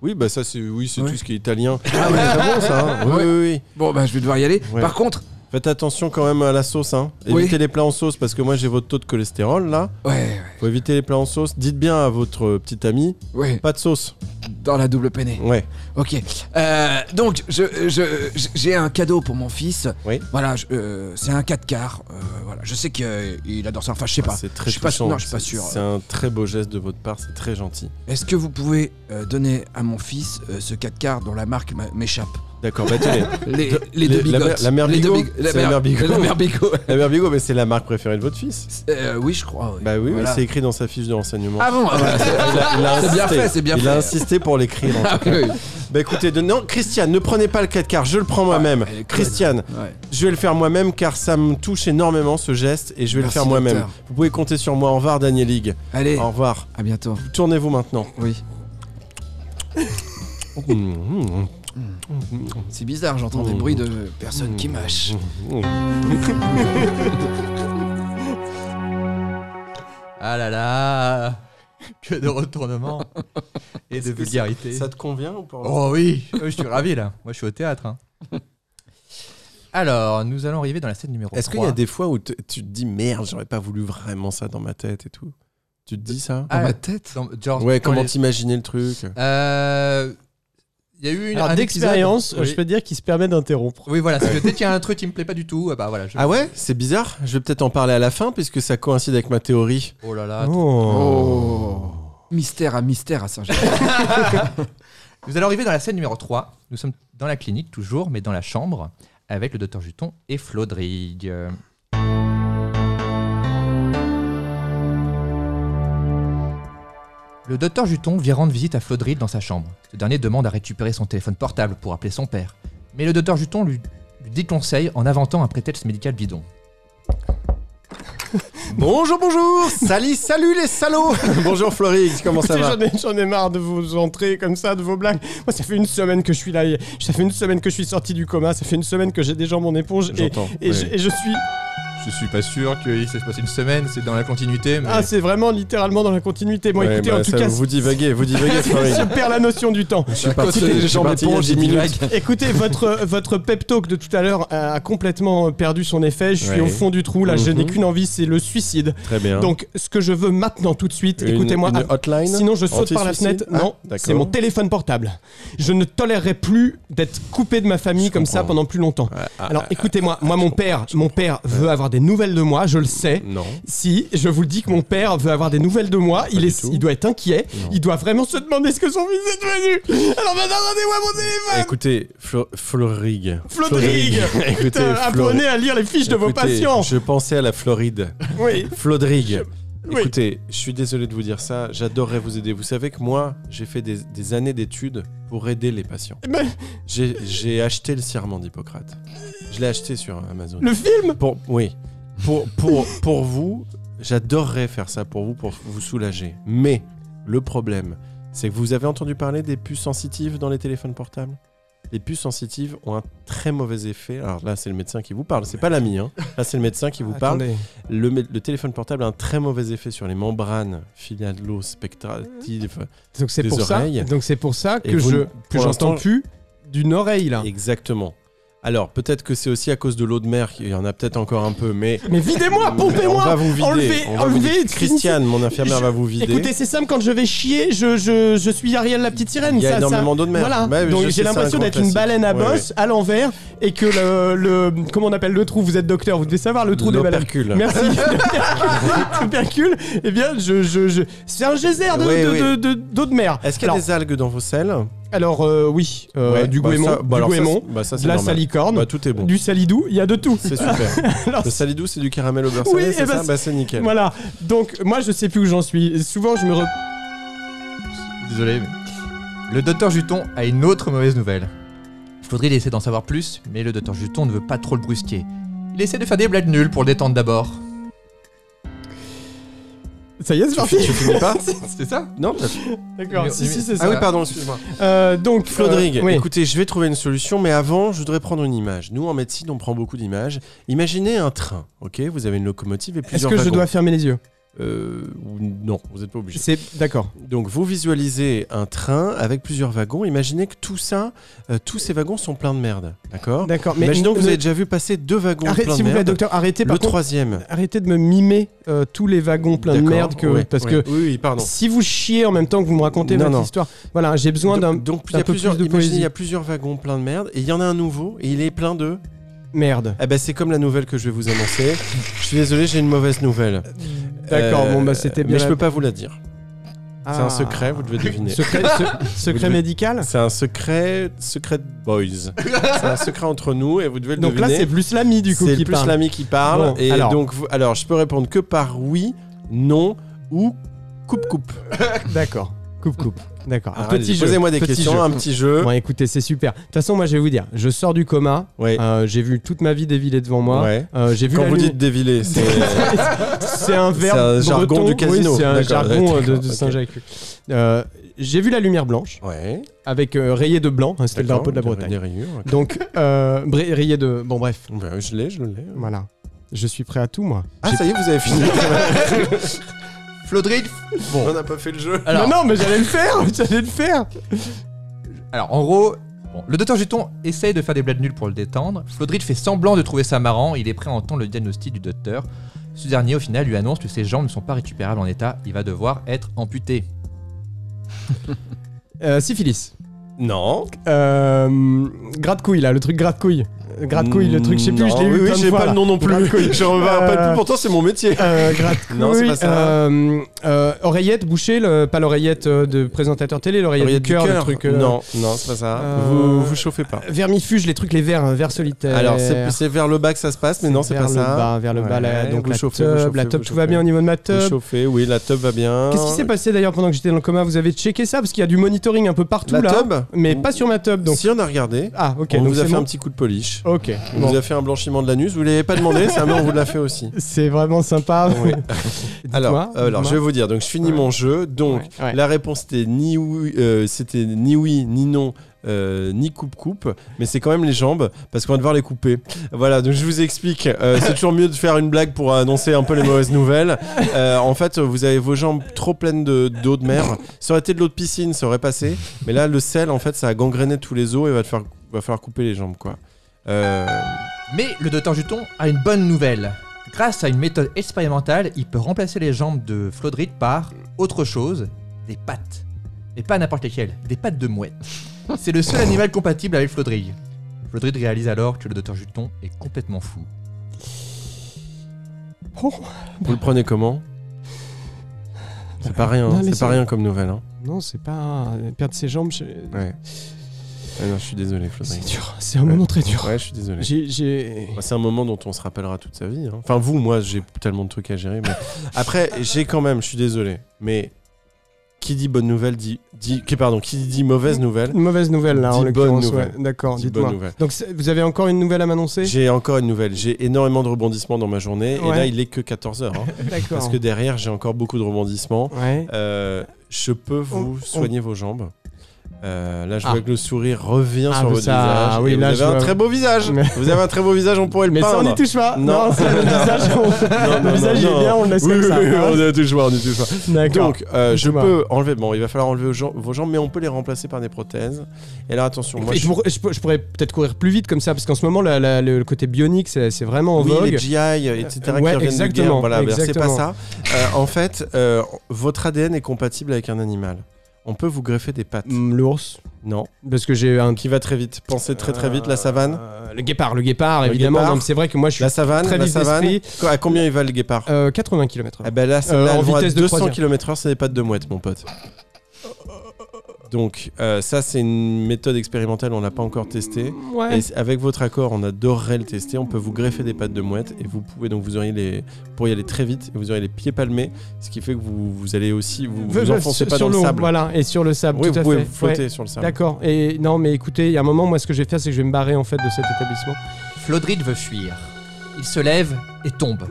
[SPEAKER 3] Oui bah ça c'est oui c'est
[SPEAKER 4] Ouais.
[SPEAKER 3] tout ce qui est italien.
[SPEAKER 4] Ah ouais.
[SPEAKER 3] c'est bon ça. hein. oui,
[SPEAKER 4] Ouais.
[SPEAKER 3] oui oui.
[SPEAKER 4] Bon, bah, je vais devoir y aller.
[SPEAKER 3] Ouais.
[SPEAKER 4] Par contre,
[SPEAKER 3] Faites attention quand même à la sauce, hein.
[SPEAKER 4] Oui.
[SPEAKER 3] Évitez les plats en sauce parce que moi j'ai votre taux de cholestérol là.
[SPEAKER 4] ouais,
[SPEAKER 3] Faut éviter les plats en sauce. Dites bien à votre euh, petite amie,
[SPEAKER 4] ouais, ouais,
[SPEAKER 3] pas de sauce.
[SPEAKER 4] dans la double peinée.
[SPEAKER 3] Ouais.
[SPEAKER 4] Ok. Euh, donc, je, je- je- j'ai un cadeau pour mon fils.
[SPEAKER 3] Oui.
[SPEAKER 4] Voilà, je- euh, c'est un 4 quarts. Euh, voilà, je sais qu'il adore ça. Enfin, je sais
[SPEAKER 3] Ah,
[SPEAKER 4] pas.
[SPEAKER 3] c'est très
[SPEAKER 4] je suis pas, sûr-
[SPEAKER 3] touchant.
[SPEAKER 4] non, je suis pas
[SPEAKER 3] C'est-
[SPEAKER 4] sûr.
[SPEAKER 3] C'est un très beau geste de votre part, c'est très gentil.
[SPEAKER 4] Est-ce que vous pouvez euh, donner à mon fils euh, ce 4 quarts dont la marque m'a- m'échappe
[SPEAKER 3] D'accord, bah tenez.
[SPEAKER 4] les,
[SPEAKER 3] De- les-
[SPEAKER 4] les deux
[SPEAKER 3] la
[SPEAKER 4] bigotes.
[SPEAKER 3] mère- la mère
[SPEAKER 4] les deux
[SPEAKER 3] Bigot,
[SPEAKER 4] big-
[SPEAKER 3] c'est la mère Bigot.
[SPEAKER 4] La mère Bigot.
[SPEAKER 3] la mère Eh Bigot, mais c'est la marque préférée de votre fils.
[SPEAKER 4] Euh, oui, je crois. oui.
[SPEAKER 3] Bah oui,
[SPEAKER 4] Voilà.
[SPEAKER 3] oui, c'est écrit dans sa fiche de renseignement.
[SPEAKER 4] Ah bon ah, voilà, c'est-
[SPEAKER 3] Il a- il a
[SPEAKER 4] C'est bien
[SPEAKER 3] insisté.
[SPEAKER 4] fait, c'est bien
[SPEAKER 3] il
[SPEAKER 4] fait.
[SPEAKER 3] a insisté pour l'écrire. en
[SPEAKER 4] ah
[SPEAKER 3] tout cas.
[SPEAKER 4] oui,
[SPEAKER 3] Bah écoutez, de- non, Christiane, ne prenez pas le 4 quarts, je le prends moi-même.
[SPEAKER 4] elle est conne.
[SPEAKER 3] Christiane,
[SPEAKER 4] ouais.
[SPEAKER 3] Je vais le faire moi-même car ça me touche énormément ce geste et je vais
[SPEAKER 4] Merci,
[SPEAKER 3] le faire moi-même.
[SPEAKER 4] docteur.
[SPEAKER 3] Vous pouvez compter sur moi. Au revoir, Daniel League.
[SPEAKER 4] Allez,
[SPEAKER 3] Au revoir.
[SPEAKER 4] à bientôt.
[SPEAKER 3] Tournez-vous maintenant.
[SPEAKER 4] Oui. Mhm. C'est bizarre, j'entends
[SPEAKER 3] Oh.
[SPEAKER 4] des bruits de personnes qui mâchent.
[SPEAKER 1] Ah là là Que de retournements et
[SPEAKER 3] que
[SPEAKER 1] de
[SPEAKER 3] ça-
[SPEAKER 1] vulgarité.
[SPEAKER 3] Ça te convient ou pas
[SPEAKER 1] Oh oui, Euh, je suis ravi là. Moi je suis au théâtre. hein. Alors, nous allons arriver dans la scène numéro 3.
[SPEAKER 3] Est-ce qu'il y a des fois où te- tu te dis merde, j'aurais pas voulu vraiment ça dans ma tête et tout Tu te dis ça
[SPEAKER 1] Ah,
[SPEAKER 4] Dans ma tête
[SPEAKER 1] dans- genre,
[SPEAKER 3] Ouais,
[SPEAKER 1] quand
[SPEAKER 3] comment
[SPEAKER 1] les-
[SPEAKER 3] t'imaginer le truc
[SPEAKER 1] Euh, Il y a eu une
[SPEAKER 2] Alors
[SPEAKER 1] un
[SPEAKER 2] d'expérience,
[SPEAKER 1] épisode-
[SPEAKER 2] je peux dire qu'il se permet d'interrompre.
[SPEAKER 1] Oui, voilà, c'est que dès qu'il y a un truc qui me plaît pas du tout, euh, bah voilà. je-
[SPEAKER 3] Ah ouais C'est bizarre. Je vais peut-être en parler à la fin puisque ça coïncide avec ma théorie.
[SPEAKER 1] Oh là là.
[SPEAKER 4] Oh Mystère à mystère à Saint-Germain.
[SPEAKER 1] Nous allons arriver dans la scène numéro 3. Nous sommes dans la clinique toujours, mais dans la chambre, avec le docteur Juton et Flodrig. Euh, Le docteur Juton vient rendre visite à Flodrig dans sa chambre. Ce dernier demande à récupérer son téléphone portable pour appeler son père. Mais le docteur Juton lui, lui déconseille en inventant un prétexte médical bidon.
[SPEAKER 3] bonjour, bonjour Salut, salut les salauds Bonjour Florix, comment ça
[SPEAKER 2] Écoutez,
[SPEAKER 3] va
[SPEAKER 2] j'en ai, j'en ai marre de vos entrées comme ça, de vos blagues. Moi, ça fait une semaine que je suis là. et- ça fait une semaine que je suis sorti du coma. Ça fait une semaine que j'ai des jambes en éponge. Et,
[SPEAKER 3] J'entends.
[SPEAKER 2] et
[SPEAKER 3] oui.
[SPEAKER 2] je, et je suis.
[SPEAKER 1] Je suis pas sûr que ça se passe une semaine, c'est dans la continuité, mais...
[SPEAKER 2] Ah, c'est vraiment littéralement dans la continuité. Bon,
[SPEAKER 3] Ouais,
[SPEAKER 2] écoutez,
[SPEAKER 3] bah,
[SPEAKER 2] en tout
[SPEAKER 3] ça,
[SPEAKER 2] cas,
[SPEAKER 3] vous divaguez, vous divaguez, Florix.
[SPEAKER 2] je perds la notion du temps.
[SPEAKER 3] Je suis parti,
[SPEAKER 4] Côté-
[SPEAKER 3] je suis
[SPEAKER 4] j'en
[SPEAKER 3] parti il y a
[SPEAKER 4] éponge,
[SPEAKER 3] 10
[SPEAKER 4] il
[SPEAKER 3] minutes.
[SPEAKER 4] blague.
[SPEAKER 2] Écoutez, votre, votre pep talk de tout à l'heure a complètement perdu son effet. Je suis
[SPEAKER 3] Ouais.
[SPEAKER 2] au fond du trou. Là, je
[SPEAKER 3] Mhm.
[SPEAKER 2] n'ai qu'une envie, c'est le suicide.
[SPEAKER 3] Très bien.
[SPEAKER 2] Donc, ce que je veux maintenant, tout de suite,
[SPEAKER 3] Une-
[SPEAKER 2] écoutez-moi.
[SPEAKER 3] une
[SPEAKER 2] ah,
[SPEAKER 3] hotline.
[SPEAKER 2] Sinon, je saute par la
[SPEAKER 3] anti-suicide
[SPEAKER 2] fenêtre. non,
[SPEAKER 3] Ah, d'accord.
[SPEAKER 2] c'est mon téléphone portable. Je ne tolérerai plus d'être coupé de ma famille
[SPEAKER 3] Je
[SPEAKER 2] comme ça
[SPEAKER 3] comprends.
[SPEAKER 2] pendant plus longtemps.
[SPEAKER 3] Ah, ah,
[SPEAKER 2] Alors,
[SPEAKER 3] ah,
[SPEAKER 2] écoutez-moi, moi,
[SPEAKER 3] je
[SPEAKER 2] mon
[SPEAKER 3] comprends,
[SPEAKER 2] père,
[SPEAKER 3] je
[SPEAKER 2] mon père veut avoir des nouvelles de moi. Je le sais.
[SPEAKER 3] Ah, Non.
[SPEAKER 2] Si, je vous le dis que mon père veut avoir des nouvelles de moi, il,
[SPEAKER 3] du
[SPEAKER 2] est,
[SPEAKER 3] tout.
[SPEAKER 2] il doit être inquiet,
[SPEAKER 3] Non.
[SPEAKER 2] il doit vraiment se demander ce que son fils est devenu. Alors maintenant, rendez-moi mon téléphone
[SPEAKER 3] Écoutez, Flo- Florig.
[SPEAKER 2] Flodrig
[SPEAKER 3] Écoutez,
[SPEAKER 2] Putain,
[SPEAKER 3] Flo-
[SPEAKER 2] Apprenez à lire les fiches de vos
[SPEAKER 3] écoutez,
[SPEAKER 2] patients
[SPEAKER 3] Je pensais à la Floride.
[SPEAKER 2] Oui,
[SPEAKER 3] Flodrig.
[SPEAKER 2] oui.
[SPEAKER 3] Écoutez, je suis désolé de vous dire ça, j'adorerais vous aider. Vous savez que moi, j'ai fait des, des années d'études pour aider les patients.
[SPEAKER 2] Eh ben-
[SPEAKER 3] J'ai j'ai acheté le serment d'Hippocrate. Je l'ai acheté sur Amazon.
[SPEAKER 2] Le film
[SPEAKER 3] Pour, oui. Pour, pour, pour vous, j'adorerais faire ça pour vous, pour vous soulager. Mais le problème, c'est que vous avez entendu parler des puces sensitives dans les téléphones portables les puces sensitives ont un très mauvais effet. Alors là, c'est le médecin qui vous parle, c'est pas l'ami. Hein. Là, c'est le médecin qui vous parle.
[SPEAKER 2] Ah, Attendez.
[SPEAKER 3] Le, mé- le téléphone portable a un très mauvais effet sur les membranes filialo
[SPEAKER 2] Donc c'est
[SPEAKER 3] Des
[SPEAKER 2] pour
[SPEAKER 3] oreilles.
[SPEAKER 2] ça. Donc c'est pour ça
[SPEAKER 3] Et
[SPEAKER 2] que
[SPEAKER 3] vous-
[SPEAKER 2] je
[SPEAKER 3] pour
[SPEAKER 2] que j'entends
[SPEAKER 3] l'instant-
[SPEAKER 2] plus d'une oreille là.
[SPEAKER 3] Exactement. Alors, peut-être que c'est aussi à cause de l'eau de mer qu'il y en a peut-être encore un peu, mais
[SPEAKER 2] Mais videz-moi,
[SPEAKER 3] on va
[SPEAKER 2] pompez-moi.
[SPEAKER 3] vous vider.
[SPEAKER 2] enlevez,
[SPEAKER 3] on va vous
[SPEAKER 2] enlevez,
[SPEAKER 3] vider.
[SPEAKER 2] finissez-
[SPEAKER 3] Christiane, mon infirmière,
[SPEAKER 2] Je-
[SPEAKER 3] va vous vider.
[SPEAKER 2] Écoutez, c'est simple quand je vais chier, je, je, je suis Ariel la petite sirène.
[SPEAKER 3] Il y a
[SPEAKER 2] ça- ça-
[SPEAKER 3] énormément d'eau de mer.
[SPEAKER 2] Voilà.
[SPEAKER 3] Bah, je
[SPEAKER 2] Donc
[SPEAKER 3] sais,
[SPEAKER 2] j'ai
[SPEAKER 3] c'est un
[SPEAKER 2] l'impression
[SPEAKER 3] grand
[SPEAKER 2] d'être une
[SPEAKER 3] classique.
[SPEAKER 2] baleine à
[SPEAKER 3] Ouais,
[SPEAKER 2] bosse à l'envers et que le, le comment on appelle le trou. Vous êtes docteur, vous devez savoir le trou des baleines.
[SPEAKER 3] L'opercule.
[SPEAKER 2] Merci. Tubercule. Eh bien, je, je, je- c'est un geyser de,
[SPEAKER 3] Oui,
[SPEAKER 2] de-
[SPEAKER 3] oui.
[SPEAKER 2] de- de- d'eau de mer.
[SPEAKER 3] Est-ce qu'il y a
[SPEAKER 2] alors,
[SPEAKER 3] des algues dans vos selles
[SPEAKER 2] alors, euh, oui, euh,
[SPEAKER 3] Ouais,
[SPEAKER 2] du
[SPEAKER 3] bah
[SPEAKER 2] goémon,
[SPEAKER 3] ça- bah
[SPEAKER 2] du
[SPEAKER 3] alors ça,
[SPEAKER 2] goémon,
[SPEAKER 3] c'est- bah ça, c'est
[SPEAKER 2] de la
[SPEAKER 3] normal.
[SPEAKER 2] salicorne,
[SPEAKER 3] Bah, tout est bon.
[SPEAKER 2] du salidou. Il y a de tout.
[SPEAKER 3] C'est super.
[SPEAKER 2] Alors,
[SPEAKER 3] le salidou, c'est du caramel au beurre
[SPEAKER 2] Oui,
[SPEAKER 3] salé,
[SPEAKER 2] eh
[SPEAKER 3] c'est
[SPEAKER 2] ben,
[SPEAKER 3] ça Bah, c'est nickel.
[SPEAKER 2] Voilà. Donc moi, je sais plus où j'en suis. Et souvent, je me re-
[SPEAKER 1] Désolé, mais. Le docteur Juton a une autre mauvaise nouvelle. Je voudrais laisser d'en savoir plus, mais le docteur Juton ne veut pas trop le brusquer. Il essaie de faire des blagues nulles pour le détendre d'abord.
[SPEAKER 2] ça y est, c'est
[SPEAKER 3] Tu,
[SPEAKER 2] parti.
[SPEAKER 3] fi- tu finis pas
[SPEAKER 1] C'est ça
[SPEAKER 3] Non t'as-
[SPEAKER 2] D'accord.
[SPEAKER 1] Mais-
[SPEAKER 2] Si, si,
[SPEAKER 1] mais-
[SPEAKER 2] c'est
[SPEAKER 3] Ah
[SPEAKER 2] ça.
[SPEAKER 3] oui, pardon, excuse-moi.
[SPEAKER 2] Euh, donc,
[SPEAKER 3] Flodrig,
[SPEAKER 2] euh, oui.
[SPEAKER 3] écoutez, je vais trouver une solution, mais avant, je voudrais prendre une image. Nous, en médecine, on prend beaucoup d'images. Imaginez un train, ok Vous avez une locomotive et
[SPEAKER 2] Est-ce
[SPEAKER 3] plusieurs
[SPEAKER 2] que je
[SPEAKER 3] wagons.
[SPEAKER 2] dois fermer les yeux
[SPEAKER 3] Euh, ou non, vous n'êtes pas obligé.
[SPEAKER 2] C'est d'accord.
[SPEAKER 3] Donc vous visualisez un train avec plusieurs wagons. Imaginez que tout ça, euh, tous ces wagons sont pleins de merde, d'accord
[SPEAKER 2] D'accord. Mais
[SPEAKER 3] Imaginons que vous
[SPEAKER 2] ne-
[SPEAKER 3] avez déjà vu passer deux wagons
[SPEAKER 2] Arrête,
[SPEAKER 3] pleins
[SPEAKER 2] s'il
[SPEAKER 3] de
[SPEAKER 2] vous plaît,
[SPEAKER 3] merde.
[SPEAKER 2] docteur, arrêtez. Par
[SPEAKER 3] le
[SPEAKER 2] contre,
[SPEAKER 3] troisième.
[SPEAKER 2] arrêtez de me mimer euh, tous les wagons pleins de
[SPEAKER 3] D'accord,
[SPEAKER 2] merde que
[SPEAKER 3] ouais,
[SPEAKER 2] parce
[SPEAKER 3] ouais.
[SPEAKER 2] que
[SPEAKER 3] oui, oui, pardon.
[SPEAKER 2] Si vous chiez en même temps que vous me racontez
[SPEAKER 3] Non,
[SPEAKER 2] votre
[SPEAKER 3] non.
[SPEAKER 2] histoire, voilà, j'ai besoin d'un
[SPEAKER 3] donc, donc, il
[SPEAKER 2] d'un
[SPEAKER 3] y a
[SPEAKER 2] peu
[SPEAKER 3] plusieurs,
[SPEAKER 2] plus de
[SPEAKER 3] imaginez,
[SPEAKER 2] poésie.
[SPEAKER 3] il y a plusieurs wagons pleins de merde et il y en a un nouveau et il est plein de.
[SPEAKER 2] merde.
[SPEAKER 3] Ah ben c'est comme la nouvelle que je vais vous annoncer. je suis désolé, j'ai une mauvaise nouvelle.
[SPEAKER 2] D'accord,
[SPEAKER 3] Euh,
[SPEAKER 2] bon bah c'était bien.
[SPEAKER 3] Mais je
[SPEAKER 2] la-
[SPEAKER 3] peux pas vous la dire. C'est
[SPEAKER 2] Ah.
[SPEAKER 3] un secret, vous devez deviner.
[SPEAKER 2] Secret, se- secret
[SPEAKER 3] devez-
[SPEAKER 2] médical.
[SPEAKER 3] C'est un secret, secret boys. c'est un secret entre nous et vous devez le
[SPEAKER 2] Donc là,
[SPEAKER 3] deviner.
[SPEAKER 2] c'est plus l'ami du coup
[SPEAKER 3] C'est
[SPEAKER 2] qui
[SPEAKER 3] plus
[SPEAKER 2] parle.
[SPEAKER 3] l'ami qui parle.
[SPEAKER 2] Bon,
[SPEAKER 3] et
[SPEAKER 2] alors.
[SPEAKER 3] donc, vous- alors, je peux répondre que par oui, non ou coupe-coupe.
[SPEAKER 2] D'accord. Coupe coupe. D'accord. Un
[SPEAKER 3] Alors,
[SPEAKER 2] petit
[SPEAKER 3] allez,
[SPEAKER 2] jeu.
[SPEAKER 3] Ah, Posez-moi des
[SPEAKER 2] Petit
[SPEAKER 3] questions,
[SPEAKER 2] jeu.
[SPEAKER 3] un petit jeu.
[SPEAKER 2] Bon, écoutez, c'est super. De toute façon, moi, je vais vous dire, je sors du coma.
[SPEAKER 3] Ouais.
[SPEAKER 2] euh, j'ai vu toute ma vie défiler devant moi.
[SPEAKER 3] Ouais.
[SPEAKER 2] Euh, j'ai vu
[SPEAKER 3] Quand
[SPEAKER 2] la
[SPEAKER 3] vous
[SPEAKER 2] lune.
[SPEAKER 3] dites déviler, c'est
[SPEAKER 2] c'est un verbe
[SPEAKER 3] c'est un
[SPEAKER 2] breton.
[SPEAKER 3] jargon du casino.
[SPEAKER 2] Oui, c'est un
[SPEAKER 3] D'accord,
[SPEAKER 2] jargon euh, de,
[SPEAKER 3] d'accord,
[SPEAKER 2] de
[SPEAKER 3] ok.
[SPEAKER 2] Saint-Jacques. Euh, j'ai vu la lumière blanche
[SPEAKER 3] ouais.
[SPEAKER 2] avec euh, rayé de blanc. hein, C'était le
[SPEAKER 3] D'accord,
[SPEAKER 2] drapeau de la
[SPEAKER 3] des-
[SPEAKER 2] Bretagne.
[SPEAKER 3] Des rayures. ok.
[SPEAKER 2] Donc, euh, bra- rayé de. Bon, bref,
[SPEAKER 3] Ben, je l'ai, je l'ai.
[SPEAKER 2] voilà. Je suis prêt à tout, moi.
[SPEAKER 3] Ah, ça y est, vous avez fini.
[SPEAKER 1] Flodrig
[SPEAKER 3] On n'a pas fait le jeu.
[SPEAKER 1] Alors,
[SPEAKER 2] Mais non, mais j'allais le faire J'allais le faire
[SPEAKER 1] alors en gros, bon, le docteur Juton essaye de faire des blagues nulles pour le détendre. Flodrig fait semblant de trouver ça marrant. Il est prêt à entendre le diagnostic du docteur. Ce dernier, au final, lui annonce que ses jambes ne sont pas récupérables en état. Il va devoir être amputé.
[SPEAKER 2] Euh, syphilis.
[SPEAKER 3] Non.
[SPEAKER 2] Euh, gratte couille, là, le truc gratte couille. Gratte couille, le truc, je sais plus, je l'ai
[SPEAKER 3] Non,
[SPEAKER 2] eu.
[SPEAKER 3] oui,
[SPEAKER 2] plein de
[SPEAKER 3] j'ai
[SPEAKER 2] fois,
[SPEAKER 3] pas
[SPEAKER 2] là.
[SPEAKER 3] le nom non plus.
[SPEAKER 2] Gratte-couille.
[SPEAKER 3] Je reviens pas
[SPEAKER 2] Euh,
[SPEAKER 3] plus, pourtant c'est mon métier.
[SPEAKER 2] Euh, gratte couille.
[SPEAKER 3] Non, c'est pas ça.
[SPEAKER 2] euh, euh, oreillette bouchée, le- pas l'oreillette euh, de présentateur télé, l'oreillette du
[SPEAKER 3] Oreillette du
[SPEAKER 2] cœur, le
[SPEAKER 3] cœur.
[SPEAKER 2] truc. euh,
[SPEAKER 3] Non, non, c'est pas ça.
[SPEAKER 2] Euh,
[SPEAKER 3] Vous vous chauffez pas.
[SPEAKER 2] Vermifuge, les trucs, les vers, hein, vers solitaires.
[SPEAKER 3] Alors, c'est c'est vers le bas que ça se passe, mais non, c'est
[SPEAKER 2] Euh, vers
[SPEAKER 3] pas
[SPEAKER 2] le
[SPEAKER 3] ça.
[SPEAKER 2] Bas, vers le bas, la,
[SPEAKER 3] Ouais,
[SPEAKER 2] donc
[SPEAKER 3] vous
[SPEAKER 2] la
[SPEAKER 3] chauffez,
[SPEAKER 2] teub,
[SPEAKER 3] vous chauffez,
[SPEAKER 2] la
[SPEAKER 3] vous
[SPEAKER 2] teub, tout
[SPEAKER 3] chauffez.
[SPEAKER 2] va bien au niveau de ma teub.
[SPEAKER 3] Vous chauffez, oui, la tub va bien.
[SPEAKER 2] Qu'est-ce qui s'est passé d'ailleurs pendant que j'étais dans le coma Vous avez checké ça Parce qu'il y a du monitoring un peu partout
[SPEAKER 3] La
[SPEAKER 2] là.
[SPEAKER 3] tub
[SPEAKER 2] Mais pas sur ma tub donc.
[SPEAKER 3] Si on a regardé,
[SPEAKER 2] Ah, ok.
[SPEAKER 3] on
[SPEAKER 2] donc
[SPEAKER 3] vous a
[SPEAKER 2] c'est
[SPEAKER 3] fait
[SPEAKER 2] bon.
[SPEAKER 3] un petit coup de polish.
[SPEAKER 2] Ok.
[SPEAKER 3] On
[SPEAKER 2] bon.
[SPEAKER 3] vous a fait un blanchiment de l'anus. Vous l'avez pas demandé, ça, mais on vous l'a fait aussi.
[SPEAKER 2] C'est vraiment sympa.
[SPEAKER 3] Ouais. Alors, euh,
[SPEAKER 2] Dites-moi,
[SPEAKER 3] alors je vais
[SPEAKER 2] dites-moi.
[SPEAKER 3] vous dire. Donc, je finis
[SPEAKER 2] Ouais.
[SPEAKER 3] mon jeu. Donc,
[SPEAKER 2] Ouais, ouais.
[SPEAKER 3] la réponse était ni oui, euh, c'était ni oui, ni non. euh, ni coupe coupe mais c'est quand même les jambes parce qu'on va devoir les couper voilà donc je vous explique Euh, c'est toujours mieux de faire une blague pour annoncer un peu les mauvaises nouvelles Euh, en fait vous avez vos jambes trop pleines de- d'eau de, mer ça aurait été de l'eau de piscine ça aurait passé mais là le sel en fait ça a gangréné tous les os et va, te faire, va falloir couper les jambes quoi Euh,
[SPEAKER 1] Mais le docteur Juton a une bonne nouvelle. Grâce à une méthode expérimentale, il peut remplacer les jambes de Flodrit par autre chose, des pattes. Mais pas n'importe lesquelles, des pattes de mouette. C'est le seul animal compatible avec Flodrig. Flodrig réalise alors que le docteur Juton est complètement fou.
[SPEAKER 2] Oh,
[SPEAKER 3] vous le prenez comment c'est pas rien,
[SPEAKER 2] Non,
[SPEAKER 3] hein.
[SPEAKER 2] mais
[SPEAKER 3] c'est pas
[SPEAKER 2] ça-
[SPEAKER 3] rien comme nouvelle. hein.
[SPEAKER 2] Non, c'est pas perdre ses jambes. je-
[SPEAKER 3] Ouais. Ouais, Ah non, je suis désolé, Flodrig.
[SPEAKER 2] C'est dur. C'est un moment très dur.
[SPEAKER 3] Ouais, je suis désolé.
[SPEAKER 2] J'ai, j'ai-
[SPEAKER 3] Bah, C'est un moment dont on se rappellera toute sa vie. hein. Enfin, vous, moi, j'ai tellement de trucs à gérer. Mais... Après, j'ai quand même, je suis désolé, mais qui dit bonne nouvelle dit. dit qui, pardon, qui dit mauvaise nouvelle
[SPEAKER 2] une mauvaise nouvelle là
[SPEAKER 3] Dis
[SPEAKER 2] en
[SPEAKER 3] bonne
[SPEAKER 2] l'occurrence.
[SPEAKER 3] nouvelle.
[SPEAKER 2] ouais. D'accord.
[SPEAKER 3] Dis
[SPEAKER 2] Dites-moi.
[SPEAKER 3] bonne nouvelle.
[SPEAKER 2] Donc c'est- vous avez encore une nouvelle à m'annoncer
[SPEAKER 3] J'ai encore une nouvelle. J'ai énormément de rebondissements dans ma journée. Et
[SPEAKER 2] Ouais.
[SPEAKER 3] là, il est que 14h.
[SPEAKER 2] D'accord.
[SPEAKER 3] parce que Euh, derrière, j'ai encore beaucoup de rebondissements.
[SPEAKER 2] Ouais.
[SPEAKER 3] Euh, je peux vous
[SPEAKER 2] On- on-
[SPEAKER 3] soigner vos jambes. Euh, là, je
[SPEAKER 2] Ah.
[SPEAKER 3] vois que le sourire revient
[SPEAKER 2] Ah,
[SPEAKER 3] sur
[SPEAKER 2] mais
[SPEAKER 3] votre
[SPEAKER 2] ça-
[SPEAKER 3] visage.
[SPEAKER 2] oui,
[SPEAKER 3] Et
[SPEAKER 2] là,
[SPEAKER 3] vous
[SPEAKER 2] je
[SPEAKER 3] avez un
[SPEAKER 2] vois-
[SPEAKER 3] très beau visage.
[SPEAKER 2] Mais-
[SPEAKER 3] Vous avez un très beau visage, on pourrait le
[SPEAKER 2] Mais ça, on
[SPEAKER 3] peindre.
[SPEAKER 2] n'y touche pas.
[SPEAKER 3] Non.
[SPEAKER 2] Non, c'est le visage. qu'on-
[SPEAKER 3] Non, non,
[SPEAKER 2] le visage,
[SPEAKER 3] non,
[SPEAKER 2] il
[SPEAKER 3] non.
[SPEAKER 2] est bien, on le laisse
[SPEAKER 3] Oui,
[SPEAKER 2] comme
[SPEAKER 3] oui,
[SPEAKER 2] ça. hein.
[SPEAKER 3] oui, on est touché, on est touché.
[SPEAKER 2] D'accord.
[SPEAKER 3] Donc, euh, je
[SPEAKER 2] Excuse-moi.
[SPEAKER 3] peux enlever. Bon, il va falloir enlever vos jambes, vos jambes, mais on peut les remplacer par des prothèses. Et alors, attention, moi,
[SPEAKER 2] Et je,
[SPEAKER 3] je.
[SPEAKER 2] pour- je pour- je pourrais peut-être courir plus vite comme ça, parce qu'en ce moment, la- la- le, le côté bionique, c'est c'est vraiment en
[SPEAKER 3] oui,
[SPEAKER 2] vogue. Euh,
[SPEAKER 3] les GI, etc. qui
[SPEAKER 2] ouais,
[SPEAKER 3] reviennent de
[SPEAKER 2] exactement,
[SPEAKER 3] guerre, voilà, ben, c'est pas
[SPEAKER 2] exactement.
[SPEAKER 3] ça. Euh, en fait, euh, votre ADN est compatible avec un animal. On peut vous greffer des pattes.
[SPEAKER 2] Hum, L'ours,
[SPEAKER 3] Non.
[SPEAKER 2] parce que j'ai un.
[SPEAKER 3] Qui va très vite. Pensez très très vite la savane.
[SPEAKER 2] Euh, le guépard, le guépard,
[SPEAKER 3] Le
[SPEAKER 2] évidemment.
[SPEAKER 3] guépard.
[SPEAKER 2] Non, mais c'est vrai que moi, je suis
[SPEAKER 3] La savane,
[SPEAKER 2] très
[SPEAKER 3] la
[SPEAKER 2] vif
[SPEAKER 3] savane.
[SPEAKER 2] d'esprit.
[SPEAKER 3] À combien il va le guépard
[SPEAKER 2] euh, 80 km/h.
[SPEAKER 3] Ah ben là,
[SPEAKER 2] Euh,
[SPEAKER 3] là
[SPEAKER 2] en
[SPEAKER 3] elles vont
[SPEAKER 2] vitesse
[SPEAKER 3] à
[SPEAKER 2] de
[SPEAKER 3] 200
[SPEAKER 2] croisière.
[SPEAKER 3] km/h, c'est des pattes de mouette, mon pote. Donc euh, ça, c'est une méthode expérimentale, on l'a pas encore testée.
[SPEAKER 2] ouais.
[SPEAKER 3] Ah, Et c- avec votre accord, on adorerait le tester. On peut vous greffer des pattes de mouette et vous pouvez donc vous auriez les vous pourriez aller très vite et vous aurez les pieds palmés, ce qui fait que vous, vous allez aussi vous, vous
[SPEAKER 2] Ve- ve-
[SPEAKER 3] enfoncez
[SPEAKER 2] sur-
[SPEAKER 3] pas
[SPEAKER 2] sur
[SPEAKER 3] dans le
[SPEAKER 2] l'eau,
[SPEAKER 3] sable.
[SPEAKER 2] Voilà, et sur le sable,
[SPEAKER 3] Oui,
[SPEAKER 2] tout
[SPEAKER 3] vous
[SPEAKER 2] à
[SPEAKER 3] pouvez
[SPEAKER 2] fait.
[SPEAKER 3] flotter
[SPEAKER 2] Ouais.
[SPEAKER 3] sur le sable.
[SPEAKER 2] D'accord. Et non, mais écoutez, il y a un moment, moi, ce que je vais faire, c'est que je vais me barrer en fait de cet établissement.
[SPEAKER 1] Flodrid veut fuir. Il se lève et tombe.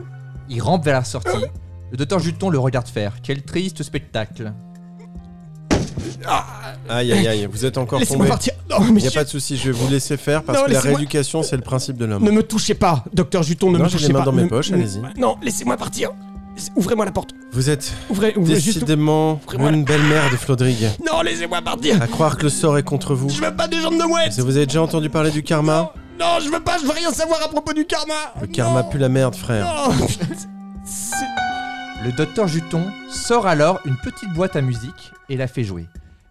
[SPEAKER 1] Il rampe vers la sortie. Le docteur Juton le regarde faire. Quel triste spectacle.
[SPEAKER 3] Aïe aïe aïe, vous êtes encore
[SPEAKER 2] Laissez-moi
[SPEAKER 3] tombé.
[SPEAKER 2] partir. Non,
[SPEAKER 3] Il n'y
[SPEAKER 2] monsieur,
[SPEAKER 3] a pas de souci, je vais vous laisser faire parce
[SPEAKER 2] Non,
[SPEAKER 3] que la
[SPEAKER 2] laissez-moi-
[SPEAKER 3] rééducation, c'est le principe de l'homme.
[SPEAKER 2] ne me touchez pas, docteur Juton, ne
[SPEAKER 3] Non,
[SPEAKER 2] me
[SPEAKER 3] j'ai
[SPEAKER 2] touchez
[SPEAKER 3] les mains
[SPEAKER 2] pas.
[SPEAKER 3] dans mes
[SPEAKER 2] Ne-
[SPEAKER 3] poches,
[SPEAKER 2] ne-
[SPEAKER 3] allez-y.
[SPEAKER 2] Non, laissez-moi partir. Ouvrez-moi la porte.
[SPEAKER 3] Vous êtes
[SPEAKER 2] Ouvrez, ouvrez juste.
[SPEAKER 3] décidément
[SPEAKER 2] Voilà.
[SPEAKER 3] une belle mère de Flodrig.
[SPEAKER 2] Non, laissez-moi partir.
[SPEAKER 3] À croire que le sort est contre vous.
[SPEAKER 2] Je veux pas des jambes de mouette.
[SPEAKER 3] Vous avez déjà entendu parler du karma
[SPEAKER 2] Non, je veux pas, je veux rien savoir à propos du karma.
[SPEAKER 3] Le karma
[SPEAKER 2] Non. Oh,
[SPEAKER 3] pue la merde, frère.
[SPEAKER 2] Non. C'est-
[SPEAKER 1] Le docteur Juton sort alors une petite boîte à musique et la fait jouer.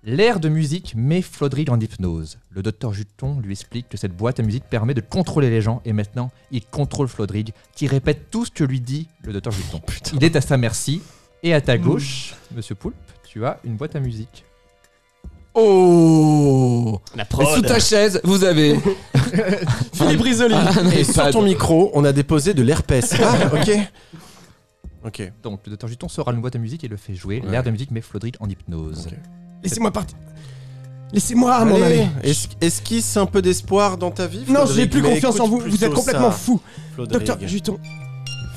[SPEAKER 1] L'air de musique met Flodrig en hypnose. Le docteur Juton lui explique que cette boîte à musique permet de contrôler les gens et maintenant il contrôle Flodrig qui répète tout ce que lui dit le docteur Juton.
[SPEAKER 3] Oh,
[SPEAKER 1] Il est à sa merci et à
[SPEAKER 3] Hmm.
[SPEAKER 1] ta gauche, monsieur Poulpe, tu as une boîte à musique.
[SPEAKER 4] Oh
[SPEAKER 2] La
[SPEAKER 4] Et Sous ta chaise, vous avez
[SPEAKER 2] Philippe Risoli.
[SPEAKER 4] un
[SPEAKER 3] Et sur
[SPEAKER 4] iPad.
[SPEAKER 3] ton micro, on a déposé de l'herpès. Ah, ok. Ok.
[SPEAKER 1] Donc le docteur Juton sort une boîte à musique et le fait jouer.
[SPEAKER 3] Ouais.
[SPEAKER 1] L'air de musique met Flodrig en hypnose.
[SPEAKER 3] Ok.
[SPEAKER 2] Laissez-moi partir. Laissez-moi m'en
[SPEAKER 3] Allez,
[SPEAKER 2] aller.
[SPEAKER 3] es- esquisse un peu d'espoir dans ta vie,
[SPEAKER 2] Non,
[SPEAKER 3] Flodrig,
[SPEAKER 2] j'ai plus
[SPEAKER 3] mais
[SPEAKER 2] confiance en
[SPEAKER 3] écoute
[SPEAKER 2] vous. Vous êtes
[SPEAKER 3] plutôt
[SPEAKER 2] complètement
[SPEAKER 3] ça,
[SPEAKER 2] fou.
[SPEAKER 3] Flodrig.
[SPEAKER 2] Docteur Juton.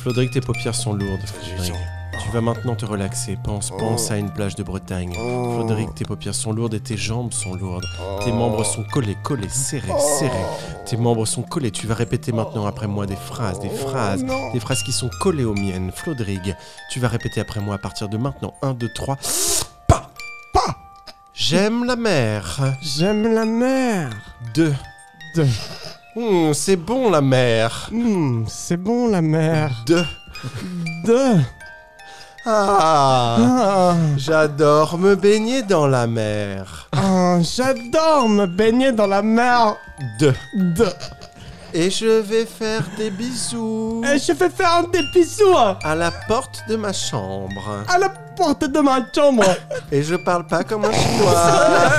[SPEAKER 3] Flodrig, tes paupières sont lourdes, Flodrig. Tu vas maintenant te relaxer. Pense, pense à une plage de Bretagne. Flodrig, tes paupières sont lourdes et tes jambes sont lourdes. Tes membres sont collés, collés, serrés, serrés. Tes membres sont collés. Tu vas répéter maintenant après moi des phrases, des phrases, des phrases qui sont collées aux miennes. Flodrig, tu vas répéter après moi à partir de maintenant. 1, 2, 3. Pa Pa J'aime la mer.
[SPEAKER 2] J'aime la mer.
[SPEAKER 3] 2.
[SPEAKER 2] Deux.
[SPEAKER 3] Hmm, c'est bon la mer.
[SPEAKER 2] Hmm, c'est bon la mer.
[SPEAKER 3] 2.
[SPEAKER 2] Deux.
[SPEAKER 3] Ah
[SPEAKER 2] Ah,
[SPEAKER 3] J'adore me baigner dans la mer.
[SPEAKER 2] ah, j'adore me baigner dans la mer.
[SPEAKER 3] 2.
[SPEAKER 2] Deux.
[SPEAKER 3] Et je vais faire des bisous
[SPEAKER 2] Et je vais faire un des bisous à
[SPEAKER 3] à la porte de ma chambre.
[SPEAKER 2] la porte de ma chambre.
[SPEAKER 3] Et je parle pas comme un chinois.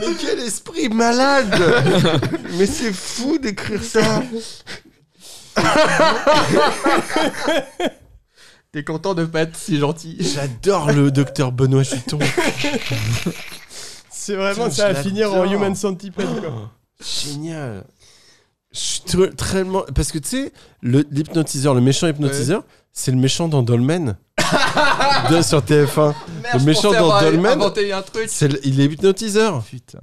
[SPEAKER 3] Mais quel esprit malade Mais c'est fou d'écrire ça
[SPEAKER 1] T'es content de pas être si gentil
[SPEAKER 3] J'adore le docteur Benoît Chuton.
[SPEAKER 2] C'est vraiment
[SPEAKER 3] Putain,
[SPEAKER 2] ça à
[SPEAKER 3] je
[SPEAKER 2] finir en
[SPEAKER 3] l'adore.
[SPEAKER 2] Human Centipede quoi.
[SPEAKER 3] Génial. Je suis tr- très man- parce que tu sais le l'hypnotiseur, le méchant hypnotiseur, c'est le méchant dans Dolmen. De- sur TF1. Le méchant dans Dolmen,
[SPEAKER 1] un truc.
[SPEAKER 3] c'est le- il est hypnotiseur.
[SPEAKER 1] Putain.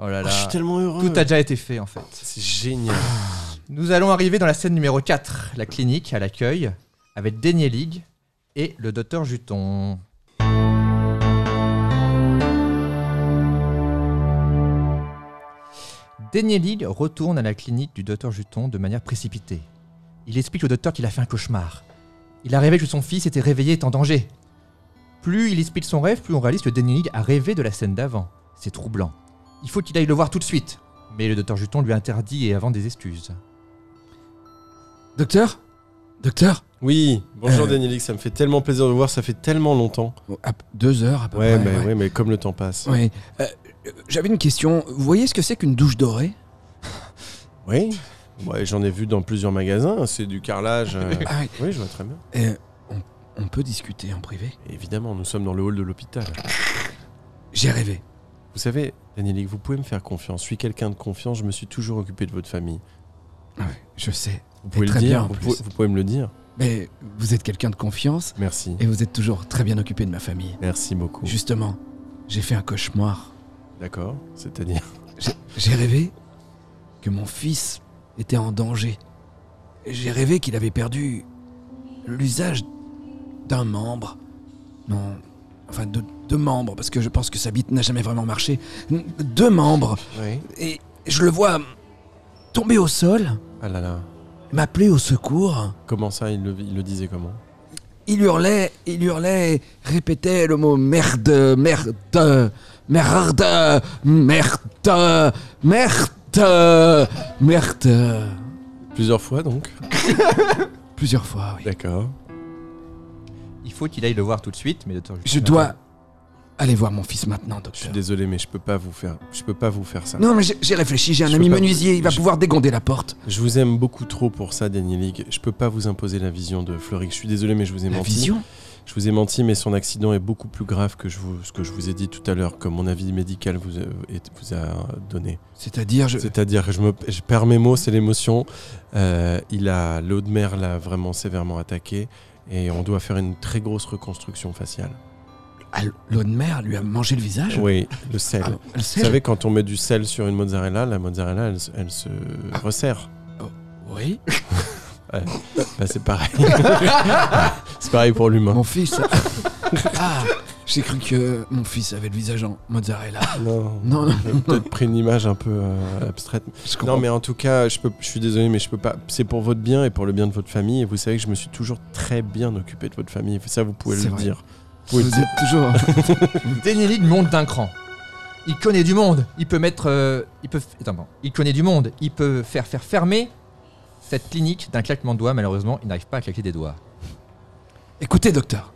[SPEAKER 1] Oh là
[SPEAKER 3] Oh,
[SPEAKER 1] là.
[SPEAKER 3] je suis tellement heureux.
[SPEAKER 1] Tout a déjà été fait en fait.
[SPEAKER 3] C'est génial.
[SPEAKER 1] Nous allons arriver dans la scène numéro 4, la clinique à l'accueil, avec Denier League et le docteur Juton. Denier League retourne à la clinique du docteur Juton de manière précipitée. Il explique au docteur qu'il a fait un cauchemar. Il a rêvé que son fils était réveillé et en danger. Plus il explique son rêve, plus on réalise que Denier League a rêvé de la scène d'avant. C'est troublant. Il faut qu'il aille le voir tout de suite. Mais le docteur Juton lui interdit et avant des excuses.
[SPEAKER 4] Docteur Docteur
[SPEAKER 3] Oui, bonjour
[SPEAKER 4] Euh.
[SPEAKER 3] Danielix, ça me fait tellement plaisir de vous voir, ça fait tellement longtemps.
[SPEAKER 4] Bon, Oh, à p- Deux heures à peu
[SPEAKER 3] Ouais, bah mais
[SPEAKER 4] près.
[SPEAKER 3] ouais, mais comme le temps passe.
[SPEAKER 4] Ouais. Euh, euh, J'avais une question. Vous voyez ce que c'est qu'une douche dorée
[SPEAKER 3] Oui. Ouais, j'en ai vu dans plusieurs magasins, c'est du carrelage. euh.
[SPEAKER 4] Ah oui.
[SPEAKER 3] Oui, je vois très bien.
[SPEAKER 4] Euh, on, on peut discuter en privé
[SPEAKER 3] Évidemment, nous sommes dans le hall de l'hôpital.
[SPEAKER 4] J'ai rêvé.
[SPEAKER 3] Vous savez, Danielic, vous pouvez me faire confiance. Je suis quelqu'un de confiance, je me suis toujours occupé de votre famille.
[SPEAKER 4] Je sais.
[SPEAKER 3] Vous pouvez
[SPEAKER 4] très
[SPEAKER 3] le dire,
[SPEAKER 4] bien, en
[SPEAKER 3] vous,
[SPEAKER 4] plus.
[SPEAKER 3] pouvez, vous pouvez me le dire.
[SPEAKER 4] Mais vous êtes quelqu'un de confiance
[SPEAKER 3] Merci.
[SPEAKER 4] et vous êtes toujours très bien occupé de ma famille.
[SPEAKER 3] Merci beaucoup.
[SPEAKER 4] Justement, j'ai fait un cauchemar.
[SPEAKER 3] D'accord, c'est-à-dire.
[SPEAKER 4] J'ai- J'ai rêvé que mon fils était en danger. J'ai rêvé qu'il avait perdu l'usage d'un membre. Non, enfin de deux membres, parce que je pense que sa bite n'a jamais vraiment marché. N- Deux membres.
[SPEAKER 3] Oui.
[SPEAKER 4] Et je le vois tomber au sol,
[SPEAKER 3] Ah là là.
[SPEAKER 4] m'appeler au secours.
[SPEAKER 3] Comment ça, il le, il le disait comment
[SPEAKER 4] Il hurlait, il hurlait, et répétait le mot merde, merde, merde, merde, merde, merde.
[SPEAKER 3] Plusieurs fois donc
[SPEAKER 4] Plusieurs fois, oui.
[SPEAKER 3] D'accord.
[SPEAKER 1] Il faut qu'il aille le voir tout de suite, mais docteur
[SPEAKER 4] Je
[SPEAKER 1] Justin-
[SPEAKER 4] dois aller voir mon fils maintenant,
[SPEAKER 3] Je suis
[SPEAKER 4] docteur.
[SPEAKER 3] désolé, mais je peux pas vous faire, je peux pas vous faire ça.
[SPEAKER 4] Non, mais j'ai- j'ai réfléchi, j'ai un
[SPEAKER 3] Je
[SPEAKER 4] ami
[SPEAKER 3] peux pas-
[SPEAKER 4] menuisier, il va
[SPEAKER 3] je-
[SPEAKER 4] pouvoir dégonder la porte.
[SPEAKER 3] Je vous aime beaucoup trop pour ça, Danielic. Je peux pas vous imposer la vision de Floric. Je suis désolé, mais je vous ai
[SPEAKER 4] La
[SPEAKER 3] menti.
[SPEAKER 4] vision
[SPEAKER 3] Je vous ai menti, mais son accident est beaucoup plus grave que je vous, ce que je vous ai dit tout à l'heure, que mon avis médical vous a, est- vous a donné.
[SPEAKER 4] C'est-à-dire, je...
[SPEAKER 3] C'est-à-dire que je, me, je perds mes mots, c'est l'émotion. Euh, il a l'eau de mer l'a vraiment sévèrement attaqué et on doit faire une très grosse reconstruction faciale.
[SPEAKER 4] Ah, l'eau de mer lui a mangé le visage
[SPEAKER 3] Oui, le sel.
[SPEAKER 4] Ah, elle
[SPEAKER 3] Vous
[SPEAKER 4] sait,
[SPEAKER 3] savez, quand on met du sel sur une mozzarella, la mozzarella, elle, se- elle se
[SPEAKER 4] Ah.
[SPEAKER 3] resserre.
[SPEAKER 4] je- Oui.
[SPEAKER 3] Bah, c'est pareil. c'est pareil pour l'humain.
[SPEAKER 4] Mon fils... ah, j'ai cru que mon fils avait le visage en mozzarella.
[SPEAKER 3] Non,
[SPEAKER 4] Non, non,
[SPEAKER 3] j'ai peut-être pris une image un peu euh, abstraite.
[SPEAKER 4] je comprends.
[SPEAKER 3] Non, mais en tout cas, je, peux, je suis désolé, mais je peux pas. C'est pour votre bien et pour le bien de votre famille. Et vous savez que je me suis toujours très bien occupé de votre famille. Ça, vous pouvez
[SPEAKER 4] C'est
[SPEAKER 3] le
[SPEAKER 4] vrai.
[SPEAKER 3] dire.
[SPEAKER 4] Vous êtes toujours...
[SPEAKER 1] Denelid monte d'un cran. Il connaît du monde. Il peut mettre. euh, il peut. Attends, bon. Il connaît du monde. Il peut faire faire fermer cette clinique d'un claquement de doigts. Malheureusement, il n'arrive pas à claquer des doigts.
[SPEAKER 4] Écoutez, docteur.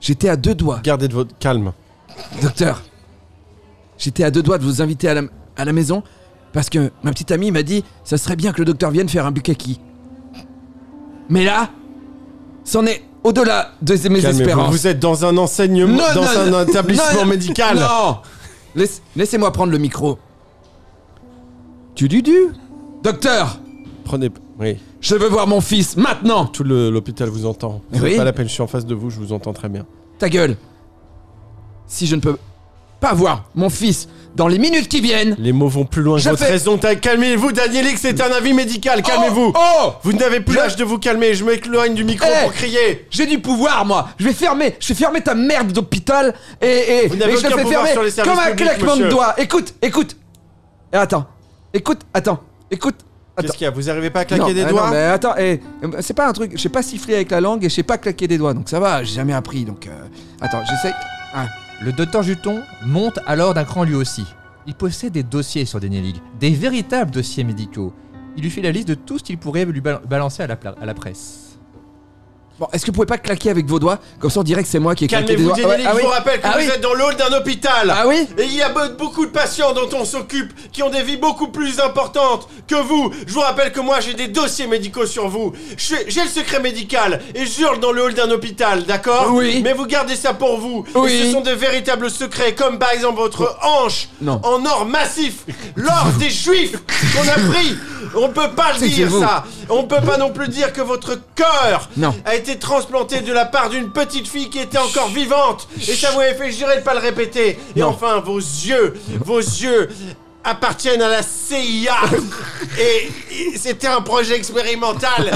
[SPEAKER 4] J'étais à deux doigts,
[SPEAKER 3] Gardez de votre calme.
[SPEAKER 4] docteur. J'étais à deux doigts de vous inviter à la, à la maison parce que ma petite amie m'a dit ça serait bien que le docteur vienne faire un bukkake. Mais là, c'en est au-delà de mes
[SPEAKER 3] Calmez-vous.
[SPEAKER 4] espérances.
[SPEAKER 3] Vous êtes dans un enseignement,
[SPEAKER 4] Non,
[SPEAKER 3] dans
[SPEAKER 4] non,
[SPEAKER 3] un
[SPEAKER 4] non,
[SPEAKER 3] établissement
[SPEAKER 4] non, non,
[SPEAKER 3] médical.
[SPEAKER 4] Non Laisse- Laissez-moi prendre le micro. Tu du du Docteur,
[SPEAKER 3] Prenez. Oui,
[SPEAKER 4] je veux voir mon fils maintenant.
[SPEAKER 3] tout le- l'hôpital vous entend. Vous
[SPEAKER 4] Oui.
[SPEAKER 3] faites Pas la peine, je suis en face de vous, je vous entends très bien.
[SPEAKER 4] Ta gueule. Si je ne peux pas voir mon fils dans les minutes qui viennent,
[SPEAKER 3] Les mots vont plus loin que
[SPEAKER 4] Je
[SPEAKER 3] votre
[SPEAKER 4] fais-
[SPEAKER 3] raison. Ta- Calmez-vous, Danielix, c'est un avis médical. Calmez-vous.
[SPEAKER 4] Oh, oh
[SPEAKER 3] vous n'avez plus
[SPEAKER 4] Je-
[SPEAKER 3] l'âge de vous calmer. Je m'éloigne du micro
[SPEAKER 4] Eh
[SPEAKER 3] pour crier.
[SPEAKER 4] J'ai du pouvoir, moi Je vais fermer Je vais fermer ta merde d'hôpital et, et,
[SPEAKER 3] Vous n'avez
[SPEAKER 4] et je
[SPEAKER 3] aucun
[SPEAKER 4] le fais
[SPEAKER 3] pouvoir
[SPEAKER 4] fermer
[SPEAKER 3] sur les services
[SPEAKER 4] comme un
[SPEAKER 3] publics,
[SPEAKER 4] claquement
[SPEAKER 3] monsieur.
[SPEAKER 4] de doigts Écoute, écoute Et Attends, écoute, attends, écoute Attends.
[SPEAKER 3] Qu'est-ce qu'il y a Vous arrivez pas à claquer
[SPEAKER 4] Non,
[SPEAKER 3] des
[SPEAKER 4] mais
[SPEAKER 3] doigts
[SPEAKER 4] non, mais attends, eh, euh, c'est pas un truc, je sais pas siffler avec la langue et je sais pas claquer des doigts, donc ça va, j'ai jamais appris, donc... euh, attends, j'essaie... Ah,
[SPEAKER 1] Le docteur Juton monte alors d'un cran lui aussi. Il possède des dossiers sur Denelig, des véritables dossiers médicaux. Il lui fait la liste de tout ce qu'il pourrait lui bal- balancer à la, pla- à la presse.
[SPEAKER 4] Bon, est-ce que vous pouvez pas claquer avec vos doigts Comme ça on dirait que c'est moi qui ai claqué des
[SPEAKER 3] Calmez-vous,
[SPEAKER 4] doigts.
[SPEAKER 3] Danielix,
[SPEAKER 4] Ouais, ah
[SPEAKER 3] je
[SPEAKER 4] oui.
[SPEAKER 3] vous rappelle que
[SPEAKER 4] Ah
[SPEAKER 3] vous
[SPEAKER 4] oui.
[SPEAKER 3] êtes dans l'hôtel d'un hôpital.
[SPEAKER 4] Ah oui
[SPEAKER 3] Et il y a be- beaucoup de patients dont on s'occupe qui ont des vies beaucoup plus importantes que vous. Je vous rappelle que moi j'ai des dossiers médicaux sur vous. Je suis- J'ai le secret médical et j'hurle dans le hall d'un hôpital, d'accord
[SPEAKER 4] Oui.
[SPEAKER 3] Mais vous gardez ça pour vous.
[SPEAKER 4] Oui. Oh.
[SPEAKER 3] Et ce sont de véritables secrets comme par exemple votre hanche
[SPEAKER 4] Non.
[SPEAKER 3] en or massif, l'or des juifs qu'on a pris. On peut pas le
[SPEAKER 4] C'est
[SPEAKER 3] dire
[SPEAKER 4] vous.
[SPEAKER 3] ça. On peut pas non plus dire que votre cœur
[SPEAKER 4] Non.
[SPEAKER 3] a été transplanté de la part d'une petite fille qui était encore vivante. Et ça vous avait fait jurer de pas le répéter. Et
[SPEAKER 4] Non.
[SPEAKER 3] enfin, vos yeux, vos yeux appartiennent à la CIA. et et c'était un projet expérimental.